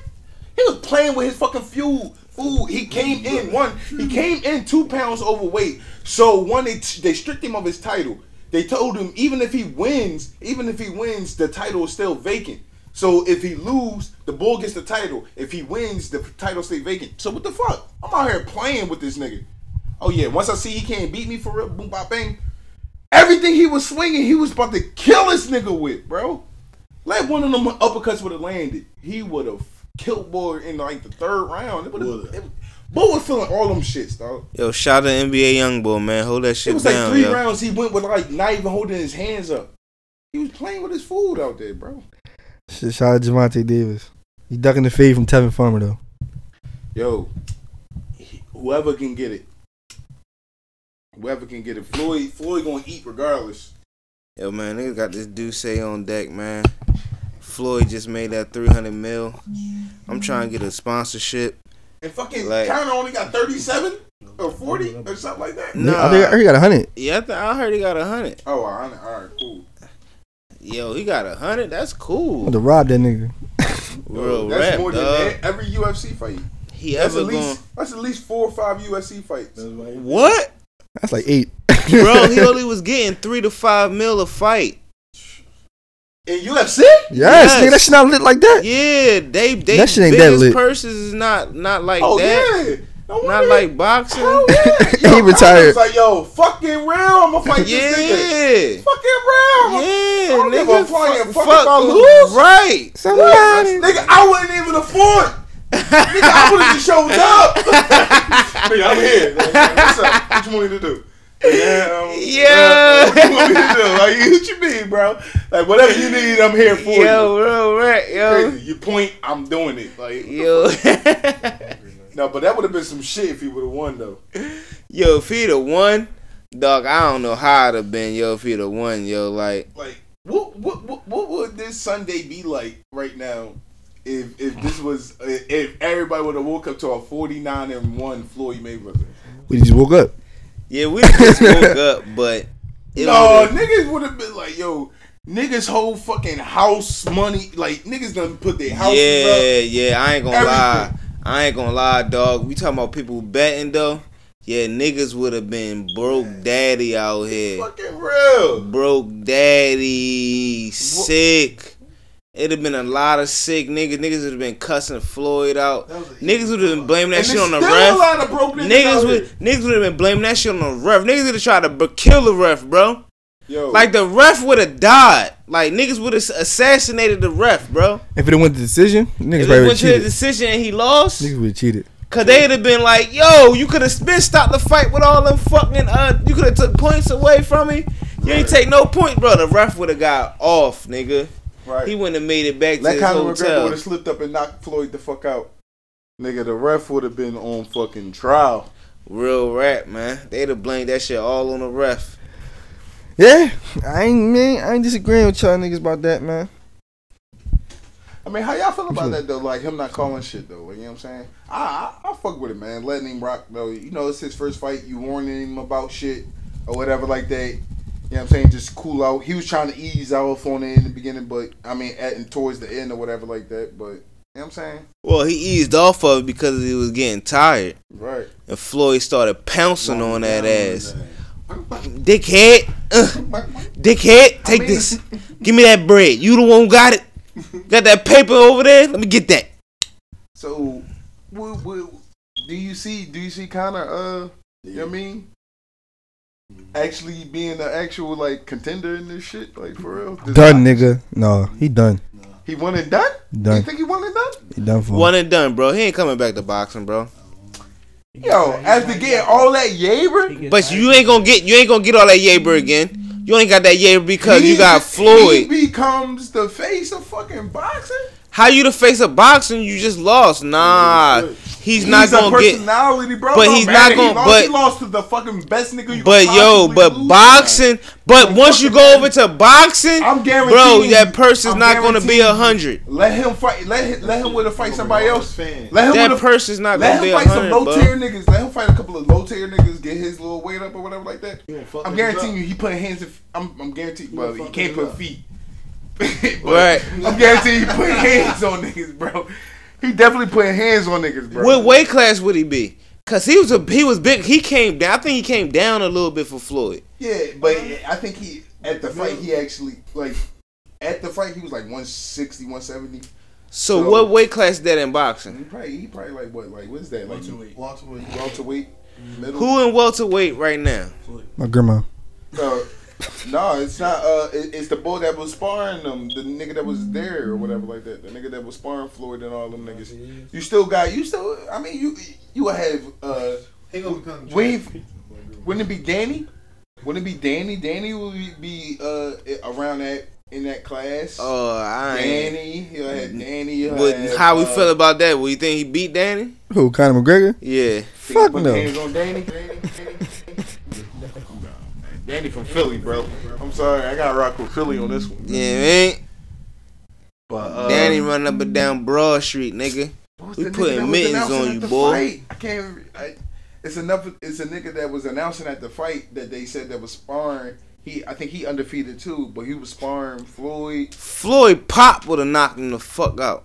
S1: He was playing with his fucking fuel. Food. He came in one. He came in two pounds overweight. So one, they, they stripped him of his title. They told him even if he wins, even if he wins, the title is still vacant. So if he lose, the bull gets the title. If he wins, the title stay vacant. So what the fuck? I'm out here playing with this nigga. Oh yeah, once I see he can't beat me for real, boom, bop, bang. Everything he was swinging, he was about to kill this nigga with, bro. Like one of them uppercuts would have landed, he would have killed Boy in like the third round. It would've- it- Boy was feeling all them shits, dog.
S9: Yo, shout out to NBA Youngboy, man. Hold that
S1: It
S9: shit
S1: was like
S9: down,
S1: three
S9: yo.
S1: rounds. He went with like not even holding his hands up. He was playing with his food out there, bro.
S4: Shit, shout out Javante Davis. He ducking the fade from Tevin Farmer though.
S1: Yo, whoever can get it, whoever can get it, Floyd, Floyd gonna eat regardless.
S9: Yo, man, niggas got this Duce on deck, man. Floyd just made that 300 mil. I'm trying to get a sponsorship.
S1: And fucking
S9: Like-
S1: Conor only got thirty-seven or forty or something like that.
S9: Nah.
S4: I think I heard he got hundred.
S9: Yeah, I, th- I heard he got a 100.
S1: Oh, all right, all right, cool.
S9: Yo, he got a 100. That's cool.
S4: To rob that nigga.
S9: Real
S1: that's
S9: rap,
S1: more
S9: dog.
S1: than e- every UFC fight.
S9: He
S1: That's
S9: ever
S1: at
S9: going.
S1: least that's at least four or five UFC fights.
S9: What?
S4: That's like eight.
S9: Bro, he only was getting three to five mil a fight.
S1: In UFC?
S4: yes,
S9: Yes.
S4: nigga, that shit not lit like that.
S9: Yeah, they they
S4: That shit ain't that
S9: biggest
S4: lit.
S9: purses is not not like
S1: Oh
S9: that.
S1: yeah. No
S9: Not
S1: wonder.
S9: like boxing.
S1: Hell yeah.
S4: He
S1: Yo, Connor's
S4: retired.
S1: Like yo, fucking real. I'm gonna fight
S9: Yeah.
S1: this nigga.
S9: Yeah,
S1: Fucking real. I'ma- don't give a
S9: nigga.
S1: fuck
S9: Fuck,
S1: if
S9: fuck,
S1: I lose.
S9: right.
S4: Somebody.
S1: Nigga, I wouldn't even afford. it. nigga, I would have just showed up. nigga, I'm here. Like, what's up? What you want me to do? Yeah. um,
S9: Yeah.
S1: uh, what you want me to do? Like, what you mean, bro? Like, whatever you need, I'm here for you.
S9: Yo, real right, yo.
S1: Crazy. You point, I'm doing it. Like
S9: Yo,
S1: no, but that would have been some shit if he would have won though.
S9: yo, if he'd have won, dog, I don't know how it'd have been, yo, if he'd have won, yo, like,
S1: Like what what what, what would this Sunday be like right now if if this was if everybody would have woke up to a 49 and one Floyd Mayweather?
S4: We just woke up.
S9: yeah, we just woke up, but it
S1: No,
S9: would've-
S1: niggas would have been like, yo, niggas whole fucking house money, like niggas done put their houses
S9: yeah,
S1: up.
S9: yeah, I ain't gonna
S1: Everything.
S9: lie, I ain't gonna lie, dog. We talking about people betting though. Yeah, niggas would have been broke, daddy out here.
S1: Fucking real.
S9: broke daddy, sick. It'd have been a lot of sick niggas. Niggas would have been cussing Floyd out. Niggas would have been blaming that
S1: And
S9: shit
S1: there's
S9: on the
S1: still
S9: ref.
S1: a lot of broke niggas
S9: niggas
S1: out
S9: would niggas would have been blaming that shit on the ref. Niggas would have tried to b- kill the ref, bro.
S1: Yo,
S9: Like the ref would have died. Like niggas would have assassinated the ref, bro.
S4: If it went to decision, niggas
S9: If
S4: probably
S9: it
S4: would've
S9: went to the
S4: cheated.
S9: decision and he lost,
S4: niggas would have cheated.
S9: cause they'd have been like, "Yo, you could have been stopped the fight with all them fucking. Uh, you could have took points away from me. You ain't take no point, bro. The ref would have got off, nigga.
S1: right.
S9: He wouldn't have made it back
S1: That
S9: to his
S1: kind of McGregor
S9: hotel.
S1: would have slipped up and knocked Floyd the fuck out. Nigga, the ref would have been on fucking trial.
S9: Real rap, man. They'd have blamed that shit all on the ref.
S4: Yeah, I ain't man, I ain't disagreeing with y'all niggas about that, man.
S1: I mean, how y'all feel about that though? Like him not calling shit though. You know what I'm saying? I I, I fuck with it, man. Letting him rock though. You know, it's his first fight. You warning him about shit or whatever like that. You know what I'm saying? Just cool out. He was trying to ease off on it in the beginning, but I mean, at and towards the end or whatever like that. But you know what I'm saying?
S9: Well, he eased off of it because he was getting tired.
S1: Right.
S9: and Floyd started pouncing on that ass. Dickhead, uh, dickhead, take this. Give me that bread. You the one who got it. Got that paper over there? Let me get that.
S1: So, woo, woo, do you see? Do you see Connor? Uh, you know what I mean? Actually, being an actual like contender in this shit, like for real. Does
S4: Done, nigga. No, he done.
S1: He won and done. You
S4: Done.
S1: think he won and done?
S4: He done for.
S9: One and done, bro. He ain't coming back to boxing, bro.
S1: Yo, after getting all that Yaber,
S9: But you ain't gonna get you ain't gonna get all that Yaber again. You ain't got that Yaber because you got
S1: He
S9: Floyd.
S1: becomes the face of fucking boxing.
S9: How you the face of boxing? You just lost. Nah, he's not
S1: a
S9: gonna get.
S1: personality, bro.
S9: but
S1: No
S9: he's
S1: matter,
S9: not gonna-
S1: He lost,
S9: but-
S1: he lost to the fucking best nigga. You
S9: But
S1: could
S9: yo,
S1: possibly
S9: but
S1: lose.
S9: boxing. But once you go over to boxing,
S1: I'm
S9: bro,
S1: guaranteeing
S9: that
S1: you-
S9: person's
S1: I'm
S9: not gonna be a
S1: guaranteeing you.
S9: hundred.
S1: Let him fight. Let him, let him with a fight somebody else. Let him
S9: That
S1: with a,
S9: person's not
S1: Let
S9: gonna be
S1: him
S9: a
S1: fight some
S9: hundred,
S1: low
S9: bro.
S1: tier niggas. Let him fight a couple of low tier niggas. Get his little weight up or whatever like that. I'm guaranteeing you, he put hands. In, I'm, I'm guaranteed, bro. He can't put feet. But
S9: Right.
S1: I'm guaranteeing he put hands on niggas, bro. He definitely putting hands on niggas, bro.
S9: What weight class would he be? Cause he was a he was big. He came down. I think he came down a little bit for Floyd.
S1: Yeah, but I think he at the fight he actually like at the fight he was like 160, 170.
S9: So,
S1: So-
S9: what weight class is that in boxing?
S1: He probably he probably like what like what is that like welterweight middle.
S9: Who in welterweight right now?
S4: My grandma.
S1: No, no, it's not. Uh, it, it's the boy that was sparring them, the nigga that was there or whatever like that. The nigga that was sparring Floyd and all them niggas. You still got you still. I mean you you would have uh. Wave, wouldn't it be Danny? Wouldn't it be Danny? Danny would be- be uh around that in that class.
S9: Oh, I ain't.
S1: Danny, you had Danny. you
S9: What,
S1: had,
S9: how we
S1: uh,
S9: feel about that? Well, you think he beat Danny?
S4: Who? Conor McGregor?
S9: Yeah.
S4: Fuck
S1: put
S4: no.
S1: hands on Danny. Danny, Danny, Danny. Danny from Philly, bro. I'm sorry, I got to rock with Philly on this one.
S9: Yeah, man.
S1: But uh,
S9: Danny running up and down Broad Street, nigga.
S1: what was
S9: we
S1: the nigga
S9: putting
S1: that was
S9: mittens
S1: announcing
S9: on
S1: at
S9: you,
S1: the
S9: boy.
S1: fight? I can't. I, it's enough. It's a nigga that was announcing at the fight that they said that was sparring. He, I think he undefeated too, but he was sparring Floyd.
S9: Floyd Pop would have knocked him the fuck out.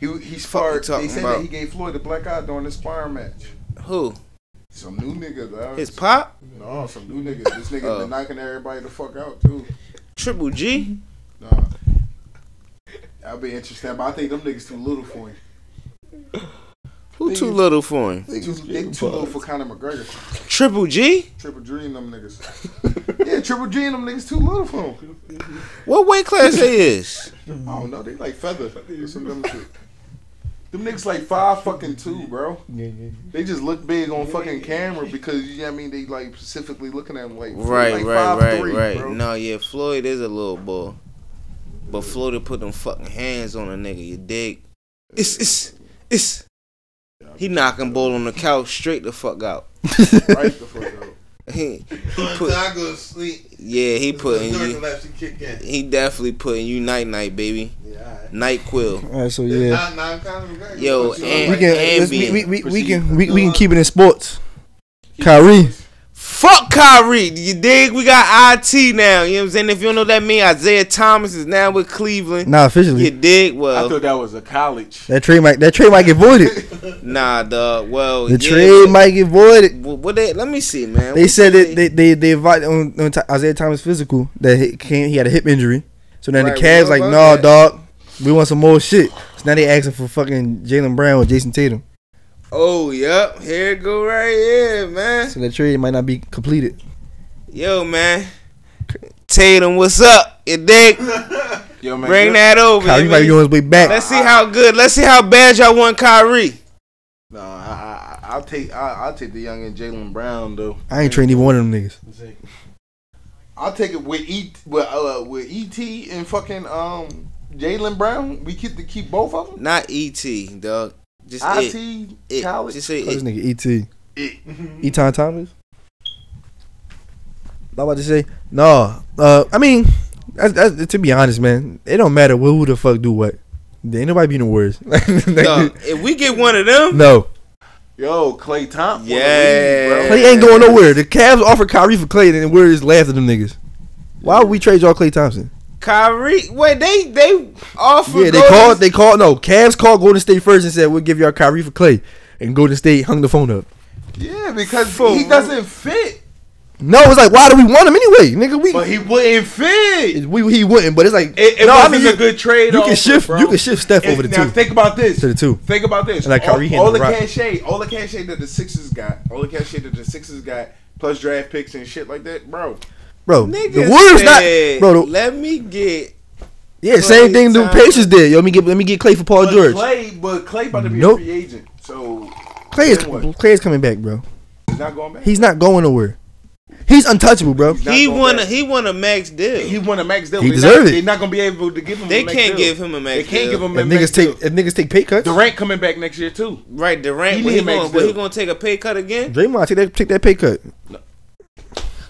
S1: He he
S9: fuck we
S1: sparred. They
S9: talking
S1: said
S9: about?
S1: that he gave Floyd a black eye during the sparring match.
S9: Who?
S1: Some new nigga, dog.
S9: His pop?
S1: no, some new nigga. This nigga
S9: Oh.
S1: been knocking everybody the fuck out too.
S9: Triple G?
S1: Nah. That'd be interesting, but I think them niggas too little for him.
S9: Who too little for him?
S1: They too, they too little for Conor McGregor.
S9: Triple G?
S1: Triple G and them niggas. yeah, Triple G and them niggas too little for him.
S9: What weight class they is?
S1: I don't know. They like feather or some dumb shit. Them niggas like five fucking two, bro. They just look big on fucking camera because you know what I mean. They like specifically looking at them like
S9: Right,
S1: like
S9: right, right,
S1: 5'3",,
S9: right.
S1: bro.
S9: No, yeah, Floyd is a little boy. But Floyd would put them fucking hands on a nigga, you dig? It's, it's, it's. He knocking bull on the couch straight the fuck out.
S1: right the fuck up.
S9: He, he
S10: Once
S9: put,
S10: I go to sleep,
S9: yeah, he putting
S10: the
S9: you.
S10: third left, she kick in.
S9: He definitely putting you night night, baby.
S10: Yeah,
S9: Night quill.
S4: All right, so
S10: all
S4: yeah,
S10: right. Not, not kind of regret.
S9: Yo,
S10: But you
S4: we
S9: and-
S10: like-
S4: can let's- we,
S9: ambient.
S4: we, we, we can we, we can keep it in sports. Kyrie,
S9: Fuck Kyrie. You dig? We got IT now. You know what I'm saying? If you don't know what that mean, Isaiah Thomas is now with Cleveland.
S4: not
S9: You
S4: officially.
S9: dig?
S5: I
S9: Well,
S5: thought that was a college.
S4: That trade might that trade might get voided.
S9: nah, dog. Well,
S4: The
S9: yeah.
S4: trade might get voided.
S9: Wh- What they? Let me see, man.
S4: They
S9: What
S4: said that they they they invited on, on Ti- Isaiah Thomas physical that he came he had a hip injury. So then
S9: Right,
S4: the Cavs
S9: what
S4: like,
S9: about
S4: nah,
S9: that?"
S4: dog, we want some more shit. So now they asking for fucking Jalen Brown or Jason Tatum.
S9: Oh, yep. Here it go right here, man.
S4: So that trade might not be completed.
S9: Yo, man. Tatum, what's up? You dig?
S5: Yo, man,
S9: Bring
S5: good-
S9: that over.
S4: Kyrie
S9: you
S4: might be
S9: mean?
S4: on his way back.
S9: Let's see how good. Let's see how bad y'all want Kyrie.
S1: No, I, I, I'll take I, I'll take the young and Jalen Brown though.
S4: I ain't trading even one of them niggas.
S1: I'll take it with E with uh, with ET and fucking um Jalen Brown. We keep to keep both of them.
S9: Not ET, dog. Just
S1: IT,
S9: it. it.
S1: college.
S9: Just say
S4: Fuck this
S9: it.
S4: nigga E E.T. Eton Thomas. I'm about to say no. Uh, I mean, that's, that's, to be honest, man, it don't matter who the fuck do what. Ain't nobody being the worst.
S9: Dog, if we get one of them,
S4: no,
S1: Yo, Clay Thompson.
S9: yeah,
S4: Clay ain't going nowhere. The Cavs offered Kyrie for Clay, and we're just laughing at them niggas. Why would we trade y'all Clay Thompson?
S9: Kyrie, wait, they they offered.
S4: Yeah, they called. They called. No, Cavs called Golden State first and said we'll give y'all Kyrie for Clay, and Golden State hung the phone up.
S1: Yeah, because he doesn't fit.
S4: No, it's like why do we want him anyway, nigga? We
S1: But he wouldn't fit.
S4: we he wouldn't, but it's like
S1: It, it
S4: no, I
S1: wasn't
S4: mean,
S1: a good trade.
S4: you can shift you can shift Steph over the
S1: now
S4: two
S1: think about this.
S4: to the two.
S1: Think about this.
S4: And like Kyrie
S1: all,
S4: hitting
S1: all
S4: the
S1: the
S4: rock.
S1: cachet, all the cachet that the Sixers got, all the cachet that the Sixers got, plus draft picks and shit like that, bro.
S4: Oh, Bro,
S9: Nigga
S4: the Warriors
S9: said,
S4: not bro. The,
S9: Let me get
S4: yeah, same thing the
S9: Clay
S4: Pacers did. Yo, let me get let me get Clay for Paul
S1: but
S4: George.
S1: Clay, but Clay about to be
S4: Nope.
S1: a free agent, so
S4: Clay is
S1: then what?
S4: Clay is coming back, bro.
S1: he's not going back.
S4: He's not going nowhere. He's untouchable, bro.
S1: He's not
S9: he
S1: going
S9: won a
S1: back.
S9: he won a max deal.
S1: He won a max deal.
S4: He
S1: They're
S4: deserved
S1: not,
S4: it.
S1: They're not gonna be able to give him.
S9: they
S1: a max
S9: can't
S1: deal.
S9: give him a max
S1: They can't
S9: deal.
S1: give him a
S4: If
S1: max
S4: niggas take
S1: deal.
S4: if niggas take pay cuts,
S1: Durant coming back next year too.
S9: right Durant.
S1: He
S9: What
S1: need
S9: he,
S1: a max
S9: going, what he
S1: deal.
S9: gonna take a pay cut again?
S4: Draymond take that take that pay cut.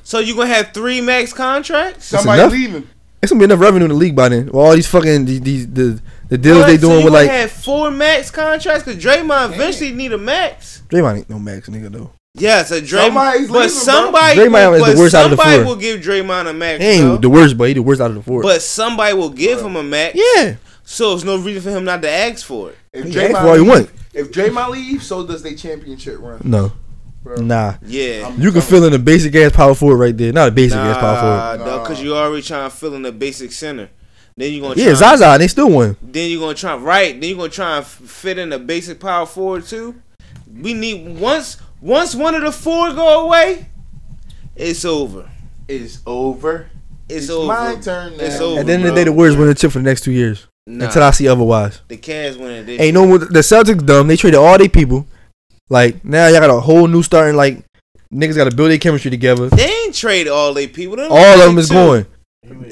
S9: So you gonna have three max contracts?
S1: Somebody
S4: enough.
S1: leaving.
S4: It's gonna be enough revenue in the league by then. With all these fucking these, these the the deals
S9: What?
S4: they
S9: so
S4: doing
S9: you
S4: with
S9: gonna
S4: like
S9: have four max contracts because Draymond eventually need a max.
S4: Draymond ain't no max nigga though.
S9: Yes, a
S1: Somebody's
S9: Draymond, but
S1: leaving, bro.
S9: somebody,
S4: Draymond
S9: will,
S4: is the
S9: but
S4: worst out of the
S9: somebody
S4: four.
S9: will give Draymond a max.
S4: He ain't
S9: though.
S4: the worst, but he the worst out of the four.
S9: but somebody will give him a max.
S4: yeah,
S9: So there's no reason for him not to ask for it.
S1: If
S4: he asked for all he
S1: leave-
S4: want.
S1: If Draymond leaves, so does they championship run.
S4: No,
S1: Bro.
S4: nah.
S9: Yeah.
S1: I'm
S4: You
S1: telling
S4: can fill in the basic ass power forward right there. Not a basic ass power
S9: Nah,
S4: forward.
S9: dog, cause you already trying to fill in the basic center. Then you gonna
S4: Yeah,
S9: try,
S4: Zaza, and they still won.
S9: then you gonna try right. Then you gonna try and f- fit in the basic power forward too. We need once once one of the four go away, it's over.
S1: It's over.
S9: It's,
S1: It's
S9: over.
S1: my turn now.
S9: It's over.
S4: At the end of the
S9: bro.
S4: day, the Warriors win the chip for the next two years
S9: Nah,
S4: until I see otherwise.
S9: the Cavs winning this.
S4: Ain't no one. The Celtics dumb. They traded all their people. Like now, y'all got a whole new starting. Like niggas got to build their chemistry together.
S9: They ain't trade all they people. Them
S4: All of them is
S9: two.
S4: going.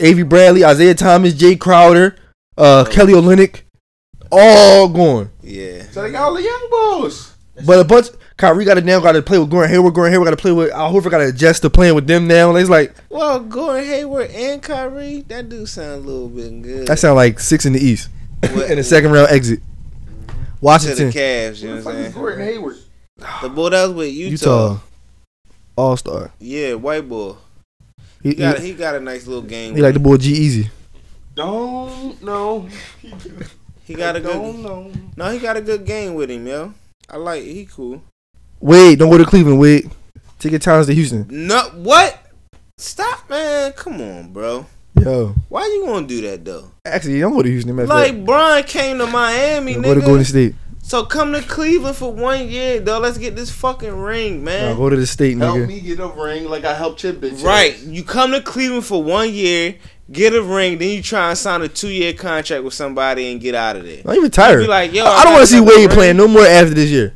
S4: Avery Bradley, Isaiah Thomas, Jay Crowder, uh, Kelly Olynyk, all gone.
S9: Yeah.
S1: So they got all the young boys.
S4: But a bunch. Kyrie got to now got to play with Gordon Hayward. Gordon Hayward got to play with Al Horford. Got to adjust to playing with them now. And it's like
S9: Well, Gordon Hayward and Kyrie, that do sound a little bit good.
S4: that sound like six in the East
S9: What- Mm-hmm.
S4: in the second round exit.
S9: to the
S4: Washington,
S9: Cavs. You know
S1: Who the
S9: what
S1: fuck
S9: I'm
S1: is
S9: saying?
S1: Gordon Hayward?
S9: The boy that was with Utah.
S4: Utah, All Star.
S9: Yeah, white boy.
S4: He,
S9: He got
S4: he-
S9: he got a nice little game.
S4: he like the boy G Easy.
S1: Don't know.
S9: he got a
S1: Don't
S9: good.
S1: know.
S9: No, he got a good game with him, yo. I like he cool.
S4: Wade, don't go to Cleveland. Wade, take your talents to Houston.
S9: No, what? Stop, man. Come on, bro.
S4: Yo,
S9: Why you gonna do that though?
S4: actually, don't go to Houston, man.
S9: Like Brian came to Miami,
S4: go to
S9: nigga.
S4: Golden State.
S9: so come to Cleveland for one year, though. Let's get this fucking ring,
S4: No,
S9: man.
S4: go to the state,
S1: Help
S4: nigga.
S1: me get a ring like I helped your bitch.
S9: right.
S1: ass.
S9: You come to Cleveland for one year, get a ring, then you try and sign a two year contract with somebody and get out of there.
S4: I'm even tired.
S9: be like, yo,
S4: I
S9: I
S4: I don't
S9: got
S4: want to see
S9: another
S4: Wade
S9: ring.
S4: playing no more after this year.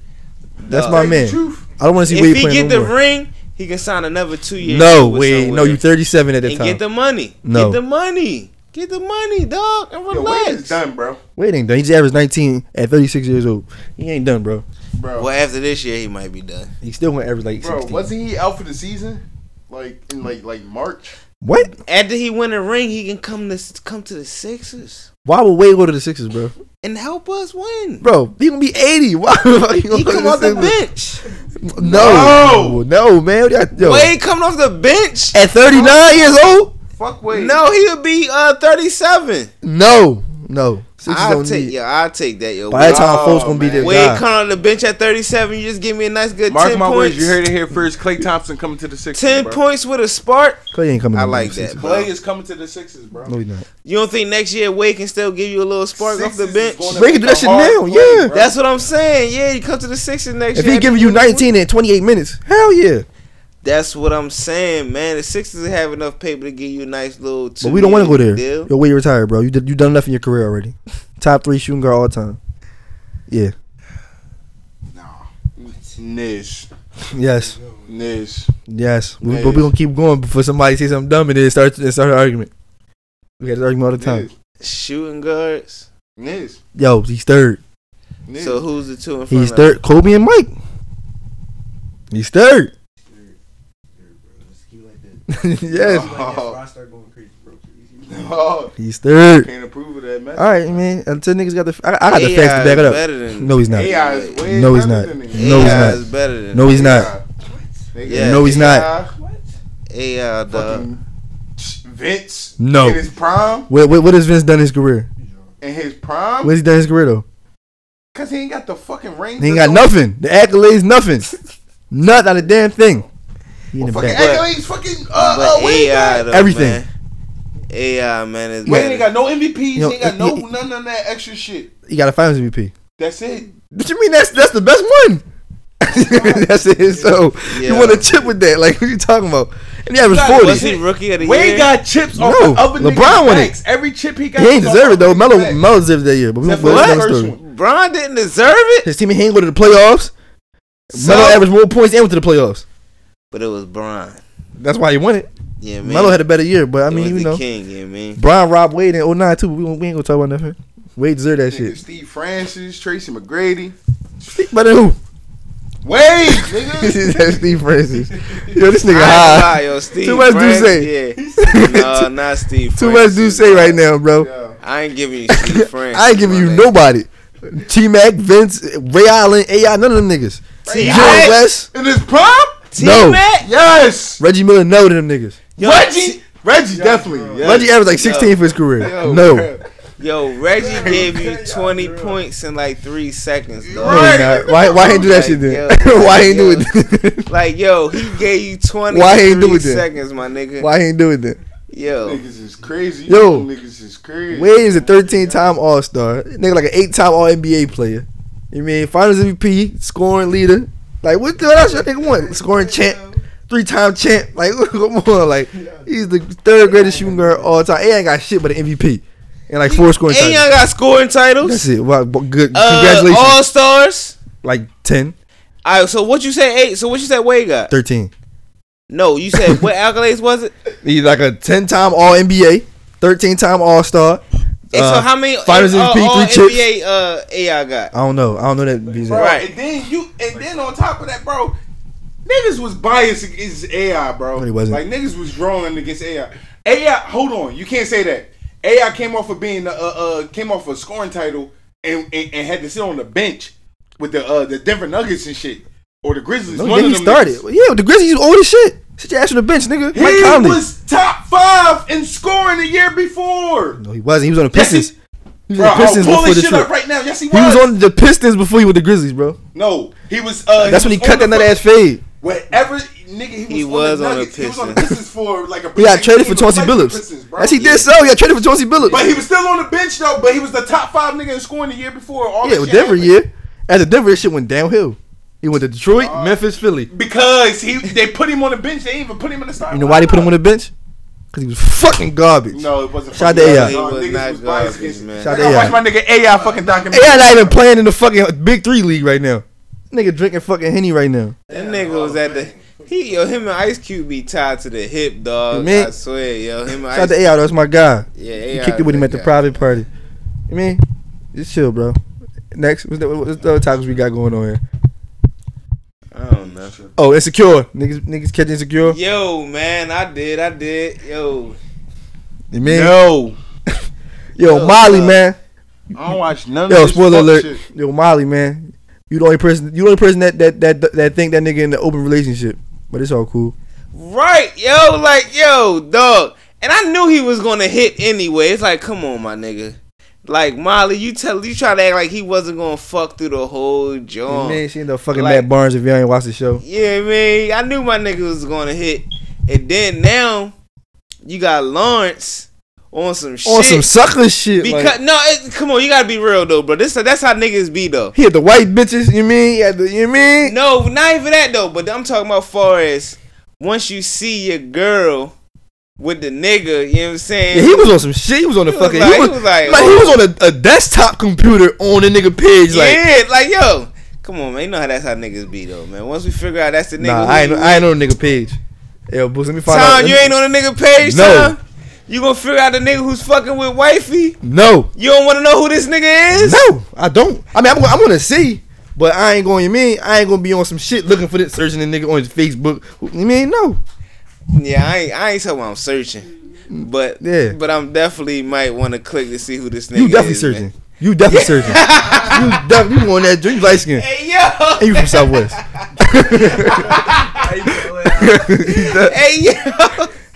S4: That's
S9: Dog.
S4: my
S1: Say the
S4: man.
S1: truth.
S4: I don't want to see
S9: If
S4: Wade
S9: he
S4: playing
S9: get
S4: no
S9: the
S4: more.
S9: ring, he can sign another two year.
S4: no,
S9: deal with
S4: Wade, no,
S9: somewhere.
S4: you 37 at that
S9: and
S4: time.
S9: get the money.
S4: No.
S9: Get the money. Get the money, dog, and
S1: Yo,
S9: relax.
S1: Wade is done, bro.
S4: Wade ain't done. He just averaged 19 at 36 years old. He ain't done, bro.
S1: Bro,
S9: Well, after this year, he might be done.
S4: He's still gonna average like
S1: bro,
S4: 16.
S1: wasn't he out for the season? Like in like like March.
S4: what?
S9: After he win a ring, he can come to come to the Sixers
S4: Why would Wade go to the Sixers, bro?
S9: and help us win.
S4: Bro, he gonna be 80. Why? the fuck
S9: He
S4: gonna go to
S9: come off the
S4: Sixers?
S9: bench.
S4: No, no, man. Yo,
S9: Wade coming off the bench.
S4: at 39 years old?
S1: Fuck Wade.
S9: No, he would be uh 37.
S4: No, no. Sixers
S9: I'll
S4: don't
S9: take
S4: need-
S9: yeah, I'll take that yo.
S4: By that
S9: Wade,
S4: time, folks
S1: Oh,
S4: gonna be
S1: man.
S4: there.
S9: Wade coming off the bench at 37. You just give me a nice good
S1: Mark
S9: 10
S1: my words.
S9: points.
S1: You heard it here first. Clay Thompson coming to the Sixers.
S9: 10
S1: bro.
S9: points with a spark.
S4: Clay ain't coming.
S9: I
S4: to the
S9: like
S4: Sixers.
S9: that.
S1: Clay is coming to the Sixers, bro.
S4: No, he's not.
S9: You don't think next year Wade can still give you a little spark
S1: Sixers
S9: off
S1: is
S9: the bench?
S1: gonna
S4: Wade can
S1: make
S4: do that
S1: a
S4: shit
S1: hard
S4: now, yeah.
S1: bro.
S9: That's what I'm saying. Yeah, you come to the Sixers next
S4: If
S9: year.
S4: he giving you 19 in 28 minutes, hell yeah.
S9: That's what I'm saying, man. The Sixers have enough paper to give you a nice little.
S4: But we don't want to go there.
S9: Deal.
S4: Yo, Wade retired, bro. You did, you done enough in your career already. Top three shooting guard all time. Yeah.
S1: Nish,
S4: Yes.
S1: Nish.
S4: Yes. We, But we gonna keep going before somebody say something dumb and then start and start an argument. We had an argument all the time.
S1: Nish,
S9: Shooting guards.
S1: Nish,
S4: Yo, he's third.
S1: Nish.
S9: So who's the two in front?
S4: He's
S9: of
S4: third. Kobe and Mike. He's third. yes.
S1: Oh,
S4: He's third.
S1: can't approve of that, man.
S4: All right, man. Until niggas got the, I, I got the facts
S9: AI
S4: to back it
S9: is
S4: up.
S9: Better than
S4: No, he's not.
S1: AI is way
S4: No, he's
S1: better
S4: not.
S1: than him.
S4: No, he's
S9: AI
S4: not.
S9: is better than
S4: No, he's not.
S1: AI. Nigga,
S9: Yeah.
S4: No, he's not.
S1: AI,
S9: AI, dog.
S1: fucking Vince.
S4: No.
S1: In his prime.
S4: What, what, what has Vince done in his career?
S1: In his prime.
S4: What has he done in his career though?
S1: Because he ain't got the fucking ring.
S4: He ain't got nothing. The accolades, nothing. Nothing out of damn thing. He in the
S1: Fucking
S4: back.
S1: accolades, fucking uh,
S9: but
S1: uh, way
S9: AI
S1: back.
S9: though,
S4: Everything.
S9: Man. AI man is
S1: Man, he ain't got
S9: better.
S1: no MVPs.
S4: Yo,
S1: he ain't got
S4: it-
S1: no
S4: it-
S1: none of that extra shit.
S4: You got a Finals MVP.
S1: That's it.
S4: But you mean that's that's the best one? that's it. So you
S9: Yeah.
S4: want a chip with that? Like what you talking about? And he averaged
S1: got-
S4: forty.
S9: Was he rookie of the
S1: Wade
S9: year?
S1: got chips off
S4: No,
S1: the other
S4: LeBron
S1: niggas'
S4: won it.
S1: backs. Every chip he got,
S4: He ain't
S1: was
S4: deserve
S1: off
S4: it though.
S1: other
S4: Melo
S1: niggas' backs.
S4: Melo deserved it that year. But we
S1: Except
S4: don't
S1: for
S4: go
S1: the
S4: that
S1: first
S4: story.
S1: one.
S9: Bron didn't deserve it,
S4: His team he ain't go to the playoffs. Melo
S9: So-
S4: averaged more points and went to the playoffs.
S9: but it was Bron.
S4: That's why he won it.
S9: Yeah, man.
S4: Melo had a better year, but I
S9: It was
S4: mean, you
S9: the
S4: know,
S9: king. Yeah, man.
S4: Brian robbed Wade in 09 too. But we, won't- we ain't gonna talk about nothing. Wade deserved that
S1: Nigga,
S4: shit.
S1: Steve Francis, Tracy McGrady,
S4: Better than who?
S1: Wade, nigga.
S4: That's Steve Francis. Yo, this
S9: I
S4: nigga
S9: ain't
S4: high.
S9: gonna lie, yo, Steve.
S4: Too much
S9: Francis,
S4: Duce.
S9: Yeah. no, not Steve.
S4: Too much do
S9: Francis,
S4: say
S9: bro.
S4: right now, bro.
S1: Yo,
S9: I ain't giving you Steve Francis.
S4: I ain't giving
S9: my
S4: you
S9: nigga.
S4: nobody. T Mac, Vince, Ray Allen, AI, none of them niggas. Jerry
S9: Allen?
S4: West,
S1: in his prom?
S4: no.
S1: Yes.
S4: Reggie Miller, no to them niggas.
S1: Reggie, Reggie, definitely. Yes.
S4: Reggie averaged like 16 for his career.
S1: Yo,
S4: no.
S1: bro.
S9: Yo, Reggie gave you 20 points in like three seconds, though.
S4: No, he not. Why, why ain't do that
S9: Like,
S4: shit then?
S9: yo,
S4: why
S9: like,
S4: ain't do
S9: yo.
S4: it then?
S9: Like, yo, he gave you 20
S4: Why
S9: Why
S4: he ain't do
S9: three
S4: it then?
S9: seconds, my nigga.
S4: why ain't do it then?
S9: Yo,
S1: Niggas is crazy.
S4: Yo.
S1: You niggas is crazy.
S4: Wade is a 13 time All Star. Nigga, like an 8 time All NBA player. You mean, finals MVP, scoring leader. Like, what the hell else your nigga want? Scoring champ, three time champ. Like, come on. Like, he's the third greatest shooting guard of all time. He ain't got shit but an MVP. And like four scoring
S9: and
S4: titles.
S9: y'all got scoring titles.
S4: That's it. Wow, bu- good.
S9: Uh,
S4: Congratulations.
S9: All stars.
S4: like 10,
S9: All right, so what you say eight? So what you said Wade got?
S4: 13.
S9: No, you said what accolades was it?
S4: He's like a 10 time All NBA, 13 time All Star.
S9: And
S4: Uh,
S9: so how many
S4: Finals
S9: all,
S4: MVP,
S9: all
S4: three
S9: NBA uh, AI got?
S4: I don't know. I don't know that visa.
S1: Bro,
S9: Right.
S1: And then you, and then on top of that, bro, niggas was biased against AI, bro.
S4: No, they wasn't.
S1: Like niggas was drawing against AI. AI, hold on, you can't say that. AI came off of being uh, uh came off a scoring title and, and and had to sit on the bench with the uh the Denver Nuggets and shit or the Grizzlies.
S4: No,
S1: One
S4: then
S1: of
S4: he
S1: them
S4: started.
S1: niggas.
S4: Well, yeah, the Grizzlies was old as shit. Sit your ass on the bench, nigga.
S1: He
S4: Mike Conley.
S1: was top five in scoring the year before.
S4: no, he wasn't. He was on the
S1: Yes, he-
S4: Pistons. He was
S1: Bro,
S4: on the
S1: I'm
S4: Pistons
S1: pulling
S4: before the
S1: shit
S4: trip.
S1: up right now. Yes, he was.
S4: he was on the Pistons before he was with the Grizzlies, bro.
S1: No, he was. Uh,
S4: That's
S1: he
S4: when he
S1: was on
S4: cut that
S1: the
S4: nut
S1: fu-
S4: ass fade.
S1: Whatever nigga he was,
S9: He
S1: on,
S9: was
S1: the
S9: on the
S1: Nuggets, he was on the
S9: Pistons.
S1: Pistons for like a
S4: He got traded for
S1: was
S4: Chauncey
S1: like the
S4: Billups.
S1: Pistons, bro.
S4: Yes, he did so. He got traded for Chauncey Billups.
S1: But he was still on the bench though. But he was the top five nigga in scoring the year before. All
S4: yeah,
S1: that
S4: with
S1: shit
S4: Denver,
S1: happened.
S4: yeah. After Denver, this shit went downhill. He went to Detroit,
S1: Uh,
S4: Memphis, Philly.
S1: Because he they put him on the bench. They didn't even put him in the starting.
S4: You know why they put him on the bench? Because he was fucking garbage.
S1: No, it wasn't.
S4: Shout
S1: fucking us,
S4: out to AI.
S1: dog.
S9: He was
S1: Niggas
S9: not
S1: was biased
S9: garbage,
S1: against
S9: man.
S4: Shout
S1: I
S4: out to
S1: watch
S4: AI.
S1: my nigga AI fucking documentary.
S4: AI not even playing in the fucking Big Three league right now. Nigga drinking fucking henny right now.
S9: That nigga was at the he yo him and Ice Cube be tied to the hip, dog.
S4: Man.
S9: I swear, yo him and
S4: Shout out
S9: Ice.
S4: to AI, though. That's my guy.
S9: yeah,
S4: He
S9: AI
S4: kicked it with him at the
S9: guy.
S4: private party. I mean, just chill, bro. Next, what's the, what's the other topics we got going on here?
S9: I don't know.
S4: Oh, insecure. Niggas, niggas catch insecure. Yeah.
S9: Yo, man, I did, I did. Yo,
S4: You mean?
S1: No,
S4: Yo,
S9: Yo,
S4: Molly,
S9: uh,
S4: man.
S1: I don't watch none
S4: Yo,
S1: of this.
S4: spoiler
S1: fuck
S4: alert.
S1: shit.
S4: Yo, Molly, man. You the only person. You the only person that that that that think that nigga in the open relationship. But it's all cool.
S9: right, yo, like yo, dog. And I knew he was gonna hit anyway. It's like, come on, my nigga. Like Molly, you tell you try to act like he wasn't gonna fuck through the whole
S4: You
S9: joint.
S4: mean? She ended up fucking
S9: Oh. like-
S4: Matt Barnes if you ain't watched the show.
S9: Yeah, I mean, I knew my nigga was gonna hit. And then now you got Lawrence on some shit.
S4: On some sucker shit.
S9: because
S4: like,
S9: no, it, come on, you gotta be real though, bro. This that's how niggas be though.
S4: he had the white bitches. You mean? He had the, you mean?
S9: No, not even that though. But I'm talking about far as once you see your girl with the nigga, you know what I'm saying?
S4: Yeah, he was on some shit. He was on the
S9: He was
S4: fucking.
S9: like- oh.
S4: he, was, like, he was on a, a desktop computer on the nigga page. Like,
S9: yeah, like yo, come on, man. You know how that's how niggas be though, man. Once we figure out that's the nigga,
S4: nah,
S9: who
S4: I ain't,
S9: you
S4: I ain't on the nigga page. Yo, Boots, let me find out.
S9: Tom, you ain't on the nigga page,
S4: No.
S9: no. You gonna figure out the nigga who's fucking with wifey?
S4: No,
S9: You don't want to know who this nigga is?
S4: no, I don't. I mean, I'm, gonna- I'm gonna see, but I ain't going. You mean I ain't gonna be on some shit looking for this searching the nigga on his Facebook? You mean no?
S9: Yeah, I ain't, I ain't talking about I'm searching, but
S4: Yeah.
S9: but I'm definitely might want to click to see who this nigga
S4: You definitely
S9: is. man.
S4: searching. You definitely searching. you definitely you on that drink light skin.
S9: Hey yo,
S4: And you from Southwest?
S9: hey yo,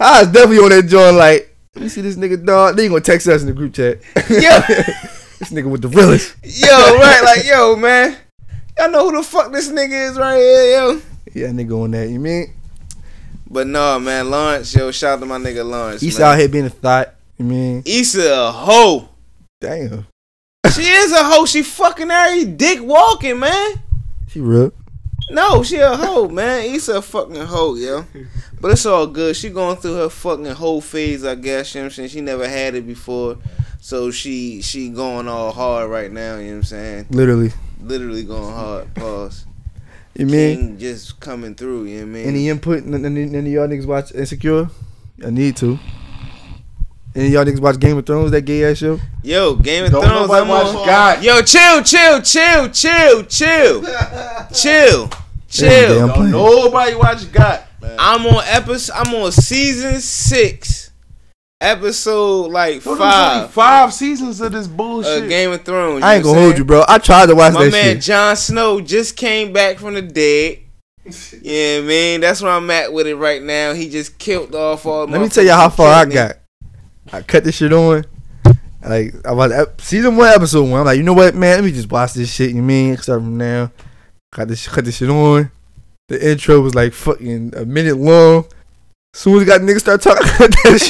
S4: I was definitely on that joint. Like, let me see this nigga dog. They gonna text us in the group chat.
S9: yo,
S4: this nigga with the realest.
S9: yo, right? Like yo, man, y'all know who the fuck this nigga is right here, yo.
S4: Yeah, nigga on that. You mean?
S9: But no, man, Lawrence, yo, shout out to my nigga Lawrence.
S4: He's
S9: man.
S4: out here being a thought. You mean?
S9: Issa a hoe.
S4: Damn.
S9: She is a hoe. She fucking every dick walking, man.
S4: She real.
S9: No, she a hoe, man. Issa a fucking hoe, yo. But it's all good. She going through her fucking hoe phase, I guess. You know what I'm saying? She never had it before. So she she going all hard right now, you know what I'm saying?
S4: Literally.
S9: Literally going hard. Pause.
S4: You mean?
S9: King just coming through, you know what I mean?
S4: Any input? N- n- Any, any of y'all niggas watch Insecure? I need to. Any of y'all niggas watch Game of Thrones? That gay ass show.
S9: Yo, Game of
S4: Don't
S9: Thrones.
S4: nobody
S9: I'm
S4: watch
S9: on.
S4: God.
S9: Yo, chill, chill, chill, chill, chill, chill, chill.
S4: damn Don't plan.
S9: nobody watch God. I'm on episode. I'm on season six, episode like
S1: Don't nobody
S9: five.
S1: Five seasons of this bullshit.
S9: Uh, Game of Thrones.
S4: I ain't
S9: know what
S4: gonna
S9: I'm
S4: hold you, bro. I tried to watch
S9: my
S4: that
S9: man
S4: shit.
S9: Jon Snow just came back from the dead. Yeah, man, that's where I'm at with it right now. He just killed off all.
S4: Let me tell you how far I
S9: motherfucking
S4: got. I cut this shit on. Like I was ep- season one, episode one. I'm like, you know what, man? Let me just watch this shit. You mean? Start from now. Cut this, cut this shit on. The intro was like fucking a minute long. Soon as we got niggas start talking, I cut that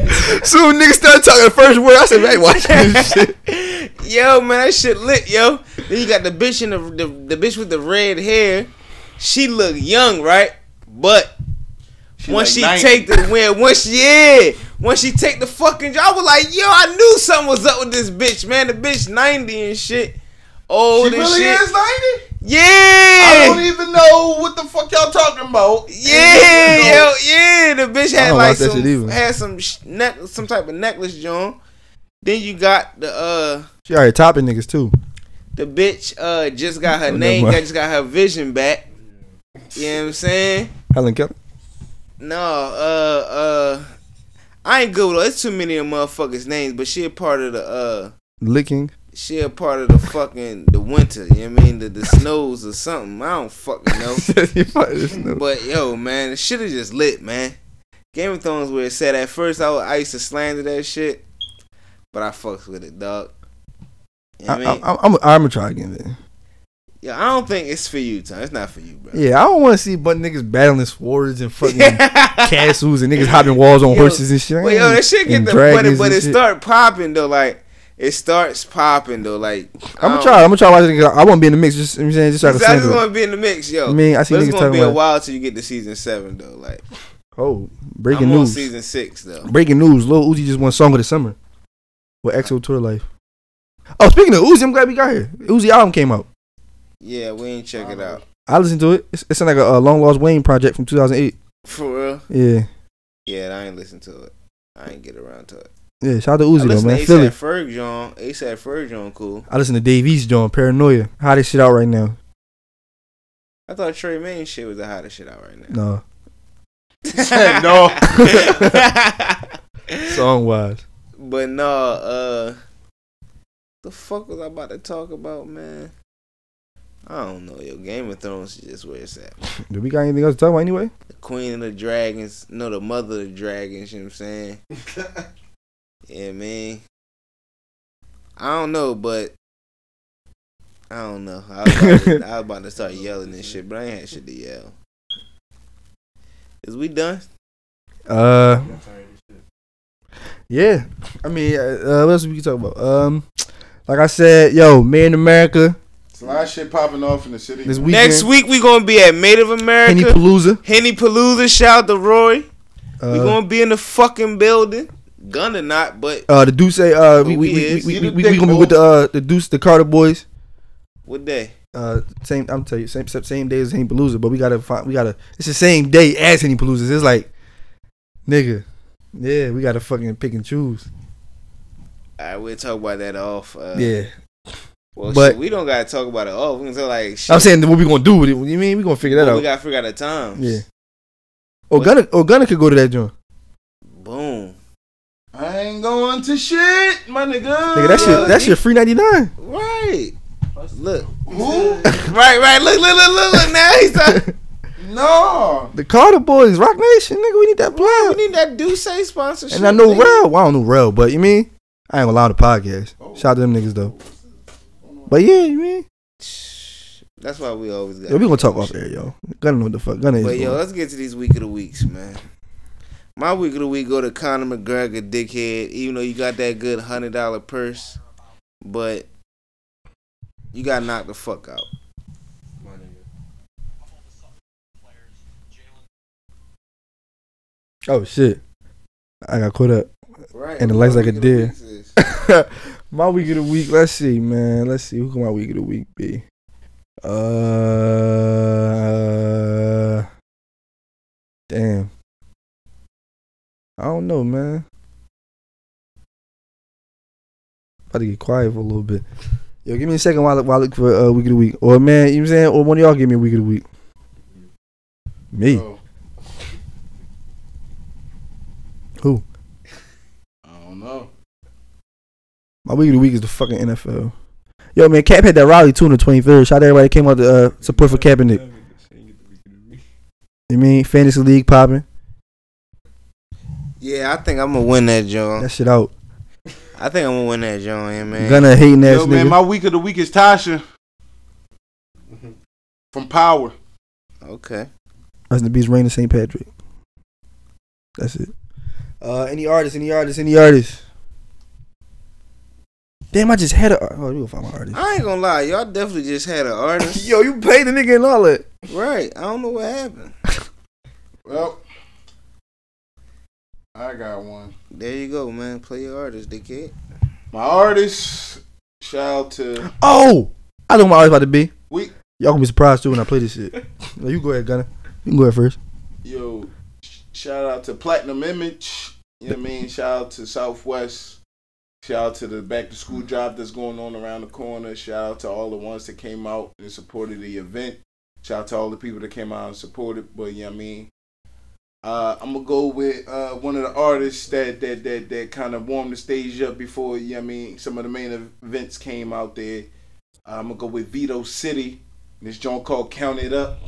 S4: shit. Right Soon niggas start talking the first word. I said, man, watch this shit.
S9: Yo, man, that shit lit, yo. Then you got the bitch in the, the the bitch with the red hair. She look young, right? But once
S1: like 90.
S9: she take the win, once she yeah, once she take the fucking, I was like, yo, I knew something was up with this bitch, man. The bitch ninety and shit, old
S7: She
S9: and
S7: really
S9: shit.
S7: is 90? I don't
S9: Yeah,
S7: even know what the fuck y'all talking about.
S9: yeah, yo, yeah. The bitch
S4: I
S9: had
S4: don't
S9: like
S4: watch that shit
S9: some
S4: either.
S9: had some sh- neck, some type of necklace, John. Then you got the uh.
S4: She already topping niggas too.
S9: The bitch uh just got her
S4: never
S9: name,
S4: mind.
S9: got, just got her vision back. You know what I'm saying?
S4: Helen Keller.
S9: No, uh uh I ain't good with it's too many of motherfuckers' names, but she a part of the uh
S4: Licking.
S9: she a part of the fucking the winter, you know what I mean? The the snows or something. I don't fucking know.
S4: You fucking just know.
S9: But yo, man, the shit is just lit, man. Game of Thrones where it said at first I, was, I used to slander that shit, but I fucks with it, dog. You know
S4: I,
S9: what I mean?
S4: I, I'm, I'm gonna try again then.
S9: yeah, I don't think it's for you, Tom. It's not for you, bro.
S4: Yeah, I don't want to see but niggas battling swords and fucking castles and niggas hopping walls on
S9: Yo,
S4: horses and shit.
S9: Well, yo, that shit get
S4: And
S9: the but
S4: dragons
S9: it, but
S4: and
S9: it
S4: shit.
S9: start popping though. Like it starts popping though. Like
S4: I'm gonna
S9: I don't-
S4: try. I'm gonna try watching. it, 'cause I want to be in the mix. Just you know what I'm saying, just try to
S9: Exactly, it's
S4: sing.
S9: gonna be in the mix, yo.
S4: I mean, I see
S9: But
S4: niggas
S9: it's gonna
S4: talking
S9: be a
S4: about-
S9: while till you get to season seven though. Like
S4: Oh, breaking
S9: I'm on
S4: news!
S9: season six though.
S4: Breaking news! Lil Uzi just won Song of the Summer with EXO Tour Life. Oh, speaking of Uzi, I'm glad we got here. Uzi album came out.
S9: Yeah, we ain't check it out
S4: I listened to it. It's, it's like a, uh long lost Wayne project from 2008.
S9: for real.
S4: Yeah,
S9: Yeah, I ain't listen to it. I ain't get around to it.
S4: yeah. Shout out to
S9: I
S4: Uzi though,
S9: listen
S4: man.
S9: to
S4: Philly.
S9: ASAP Ferg John. ASAP Ferg John, cool.
S4: I listen to Dave East John Paranoia. How this shit out right now?
S9: I thought Trey Main shit was the hottest shit out right now.
S4: No,
S9: no.
S4: song wise.
S9: But no, uh the fuck was I about to talk about, man? I don't know, yo. Game of Thrones is just where it's at.
S4: Do we got anything else to talk about anyway?
S9: The Queen of the Dragons, no, the Mother of the Dragons, you know what I'm saying? yeah, man. I don't know, but I don't know. I was about to, I was about to start yelling and shit, but I ain't had shit to yell. Is we done?
S4: Uh, yeah. I mean, uh, uh, what else we can talk about? Um, like I said, yo, Made in America
S7: It's a lot of shit popping off in the city.
S4: this weekend.
S9: Next week we gonna be at Made of
S4: Penny
S9: America.
S4: Palooza.
S9: Henny Palooza, shout out to Roy. we
S4: Uh,
S9: gonna be in the fucking building. Gun or not, but
S4: uh, the Deuce. Uh, we
S9: Who
S4: we
S9: he
S4: we
S9: is.
S4: we,
S7: He
S4: we,
S7: the
S4: we,
S7: dick
S4: gonna be with the uh, the Deuce, the Carter boys.
S9: what day?
S4: Uh, same. I'm tell you, same same- same day as Henny Palooza, but we gotta find. We gotta. It's the same day as Henny Palooza. It's like, nigga, yeah, we gotta fucking pick and choose.
S9: Alright, we'll talk about that off. Uh,
S4: yeah,
S9: Well,
S4: but-
S9: shit, we don't gotta talk about it off. We can talk like shit.
S4: I'm saying what we gonna do with it. What do You mean we gonna figure that
S9: Well, we
S4: out?
S9: gotta figure out the times.
S4: Yeah. Organa, Organa could go to that joint.
S9: Boom.
S7: I ain't going to shit, my nigga.
S4: Nigga, that shit, that
S9: he-
S4: shit free ninety nine.
S9: Right. Look. right, right. Look, look, look, look, look. Now he's like,
S7: No.
S4: The Carter Boys, Rock Nation, nigga, we need that
S9: we
S4: blood.
S9: need that do say sponsorship.
S4: And I know
S9: nigga.
S4: Rel. Well, I don't know Rel, but you mean I
S9: Oh.
S4: ain't gonna lie on the podcast. Shout out to them niggas though. But yeah, you mean
S9: That's why we always got.
S4: Yo, we gonna talk off air, yo. Gotta know what the fuck. Gunna is.
S9: But yo,
S4: doing.
S9: let's get to these week of the weeks, man. My week of the week go to Conor McGregor, dickhead. Even though you got that good hundred dollar purse, but you got knocked the fuck out.
S4: Oh shit. I got caught up.
S9: Right.
S4: And the legs like a deer. my week of the week. Let's see, man. Let's see. Who can my week of the week be? Uh, damn. I don't know, man. About to get quiet for a little bit. Yo, give me a second while I, while I look for uh, week of the week. Or man, you know what I'm saying? Or one of y'all give me a week of the week. Me. Who?
S1: I don't know.
S4: My week of the week is the fucking NFL. Yo, man, Cap had that rally too on the 23rd. Shout out to everybody that came out to uh, support for Kaepernick. You mean fantasy league popping?
S9: Yeah, I think I'm gonna win that, John.
S4: That shit out.
S9: I think I'm gonna win that, John. Yeah, man.
S4: Gunna hating ass
S1: Yo,
S4: nigga.
S1: man, my week of the week is Tasha from Power.
S9: Okay.
S4: Rest in peace, Rain St. Patrick. That's it. Uh, any artist, any artist, any artist. Damn, I just had a. Oh, you gonna find my artist?
S9: I ain't gonna lie, y'all definitely just had an artist,
S4: Yo, you played the nigga and all that.
S9: right? I don't know what happened.
S7: Well, I got one.
S9: There you go, man. Play your artist, dickhead.
S7: My artist, shout out to
S4: Oh, I know what my artist about to be.
S7: We-
S4: Y'all gonna be surprised too when I play this shit. no, you go ahead, Gunna. You can go ahead first.
S7: yo, sh- shout out to Platinum Image. You know what I mean? Shout out to Southwest. Shout out to the back to school drive that's going on around the corner. Shout out to all the ones that came out and supported the event. Shout out to all the people that came out and supported. But you know what I mean? Uh, I'm gonna go with uh, one of the artists that that that, that kind of warmed the stage up before you know what I mean some of the main events came out there. Uh, I'm gonna go with Vito City. This joint called Count It Up.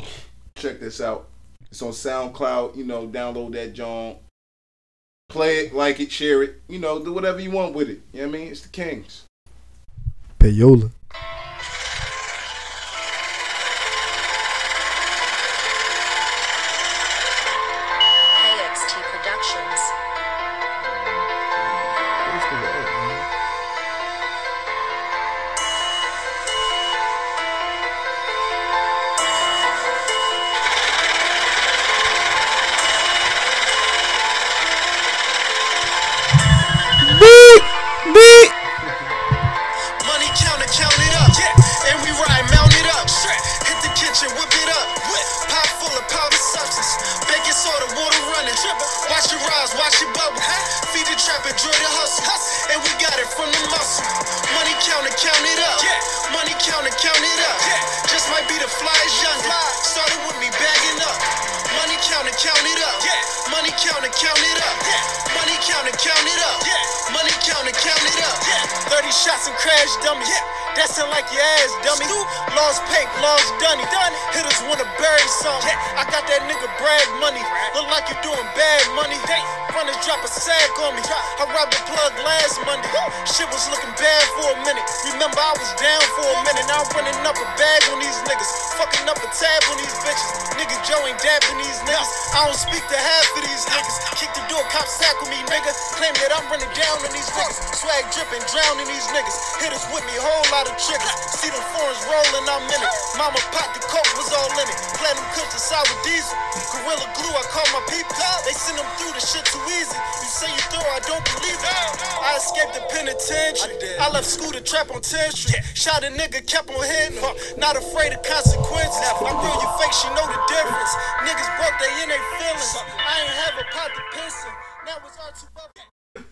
S7: Check this out. It's on SoundCloud. You know, download that joint. Play it, like it, share it. You know, do whatever you want with it. You know what I mean? It's the Kings.
S4: Payola.
S11: KXT Productions.
S9: Beat, beat.
S8: Money counter, count it up. And we ride, mount it up. Hit the kitchen, whip it up. Pop full of powdered substance. Baking soda, water running. Watch it rise, watch it bubble. Feed the trap, enjoy the hustle. And we got it from the muscle. Money counter, count it up. Money counter, count it up. Just might be the flyest young. Started with me bagging up. Money counter, count it up. Money counter, count it up. Money counter, count it up. Money counter, count it up. 30 shots and crash dummies. That sound like your ass, dummy. Lost pink, lost dunny. Hitters wanna bury some. I got that nigga brag money. Look like you're doing bad money. Runners drop a sack on me. I robbed the plug last Monday. Shit was looking bad for a minute. Remember, I was down for a minute. Now I'm running up a bag on these niggas. Fucking up a tab on these bitches. Nigga Joe ain't dapping these niggas. I don't speak to half of these niggas. Kick the door, cop tackle me, nigga. Claim that I'm running down on these niggas. Swag dripping, drowning these niggas. Hitters with me, whole lot of triggers. See them foreigns rolling, I'm in it. Mama pot, the coke was all in it. Platinum cooked inside with diesel. Gorilla glue, I call my people. They send them through the shit too easy. You say you throw, I don't believe it. I escaped the penitentiary. I left school to trap on 10th Street. Shot a nigga, kept on hitting him. Not afraid of consequences. I real you fake, she know the difference. Niggas broke, they in their feelings. I ain't have a pot to piss in. Now it's hard to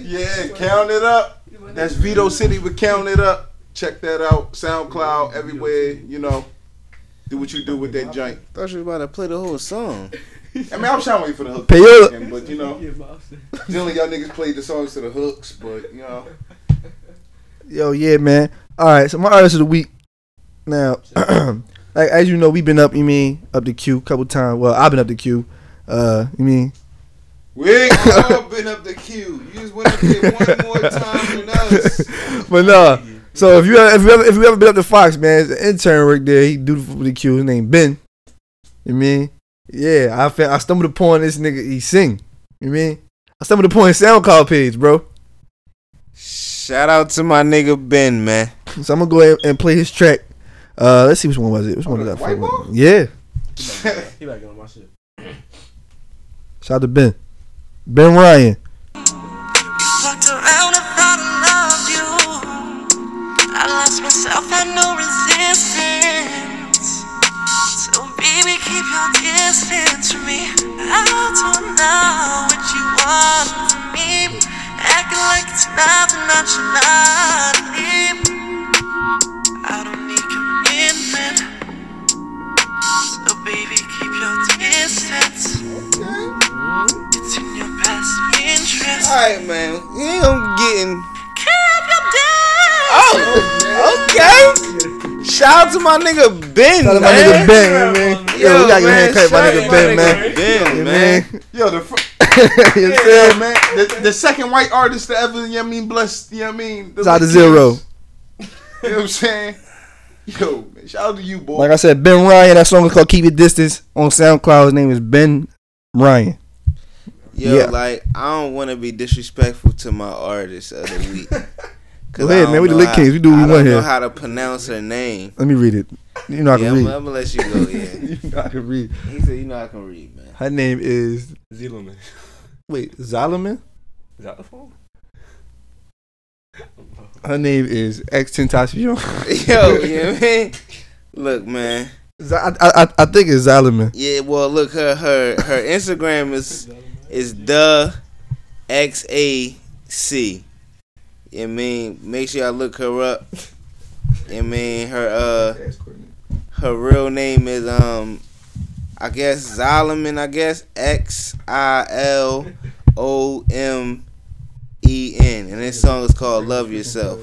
S1: Yeah, count it up. That's Vito City with Count It Up. Check that out. SoundCloud, everywhere, you know. Do what you do with that joint.
S9: Thought you was about to play the whole song.
S1: I mean, I'm trying to wait for the hook.
S4: Payola.
S1: But, you know, generally y'all niggas played the songs to the hooks, but, you know.
S4: Yo, yeah, man. All right, so my artist of the week. Now, like as you know, we've been up. You mean up the queue a couple times? Well, I've been up the queue. Uh, you mean
S7: We all been up the queue. You just went up there one more time than us.
S4: but no, So if you ever, if you ever if you ever been up to Fox, man, the intern worked there. He dutiful with the Q. His name Ben. You mean? Yeah, I found, I stumbled upon this nigga. He sing. You mean? I stumbled upon his SoundCloud page, bro.
S9: Shout out to my nigga Ben, man.
S4: So I'm gonna go ahead and play his track. Uh, let's see which one was it. Which one was that?
S1: Oh, White
S4: for?
S1: Ball?
S4: Yeah.
S5: He better get on my shit.
S4: Shout out to Ben. Ben Ryan.
S6: Fucked around and thought I loved you. I lost myself, had no resistance. So baby, keep your distance from me. I don't know what you want from me. Acting like it's nothing that you're not need. I don't need commitment. So baby, keep your distance. It's in your best interest.
S9: Alright, man. You ain't gonna get in.
S6: Oh,
S9: Okay. Shout out to my nigga Ben,
S4: Shout out to my nigga
S9: man.
S4: Ben, man. Yo, we gotta get a haircut, my
S9: shout
S4: nigga
S9: out
S4: Ben,
S9: to my
S4: man.
S9: nigga Ben,
S4: Yeah,
S9: man.
S4: man.
S1: Yo, the fr-
S4: You
S1: yeah,
S4: said-
S1: man, the, the second white artist to ever, you know what I mean, bless, you know what I mean? The
S4: Shout out to
S1: Lick
S4: Zero.
S1: Kings. You know what I'm saying? Yo, man, shout out to you, boy.
S4: Like I said, Ben Ryan. That song is called "Keep Your Distance" on SoundCloud. His name is Ben Ryan.
S9: Yo,
S4: Yeah.
S9: like I don't want to be disrespectful to my artist of the week. 'Cause
S4: Go ahead,
S9: I
S4: man. We the
S9: don't know
S4: Lick
S9: how-
S4: Kings. We do what
S9: I
S4: we want
S9: don't know
S4: here.
S9: how to pronounce her name.
S4: Let me read it. You know I
S9: yeah,
S4: can
S9: I'm,
S4: read.
S9: I'm gonna let you go. Yeah,
S4: you know I can read.
S9: he said, "You know I can read, man."
S4: Her name is
S5: Zeleman.
S4: wait Zalaman.
S5: Is that the phone?
S4: Her name is X Tentacion.
S9: Yo, you know what I mean? Look, man.
S4: Z- I, I, I- I think it's Zalaman.
S9: Yeah, well, look her her her Instagram is is the x a c. I mean, make sure y'all look her up. I mean, her uh, her real name is um, I guess Zolomon. I guess X I L O M E N, and this song is called "Love Yourself."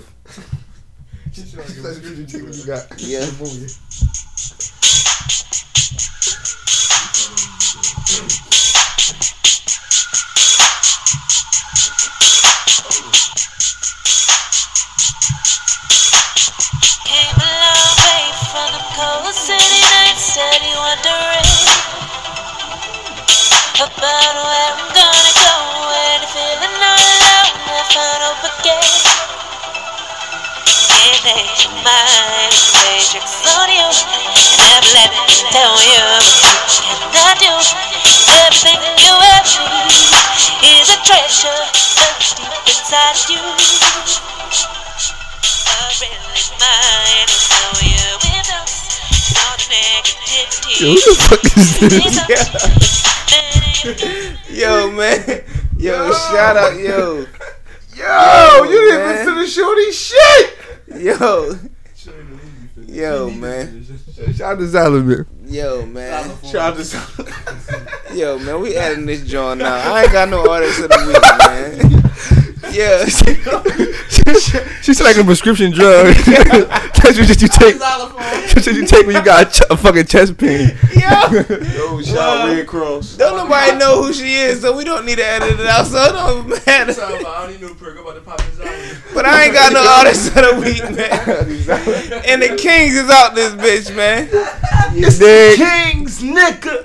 S9: Yeah.
S6: Came a long way from the cold city nights, steady wondering about where I'm gonna go. When I'm feeling all alone, I found hope again. Can't make your mind, play tricks on you. Never let it get down you. Can I do everything you ever need? Is a treasure lurks deep inside you.
S4: Yo, who the fuck is this?
S9: Yo, man. Yo, shout out, yo.
S1: Yo, you didn't
S9: man.
S1: listen to Shorty shit.
S9: Yo. Yo, man.
S4: Shout out to Zalaman.
S9: Yo, man.
S1: Shout out to
S9: Yo, man. We adding this joint now. I ain't got no artist of the week, man. Yeah.
S4: She's like a prescription drug. That's what you take. That's what you take when you got a, ch- a fucking chest pain.
S9: Yo.
S1: Yo, shout out
S9: Wow.
S1: Red Cross.
S9: Don't nobody know who she is, so we don't need to edit it out, so it don't matter.
S5: I don't even know perk about the pop his
S9: But I ain't got no artist of the week, man. And the Kings is out this bitch, man.
S4: Dig?
S1: Kings, nigga.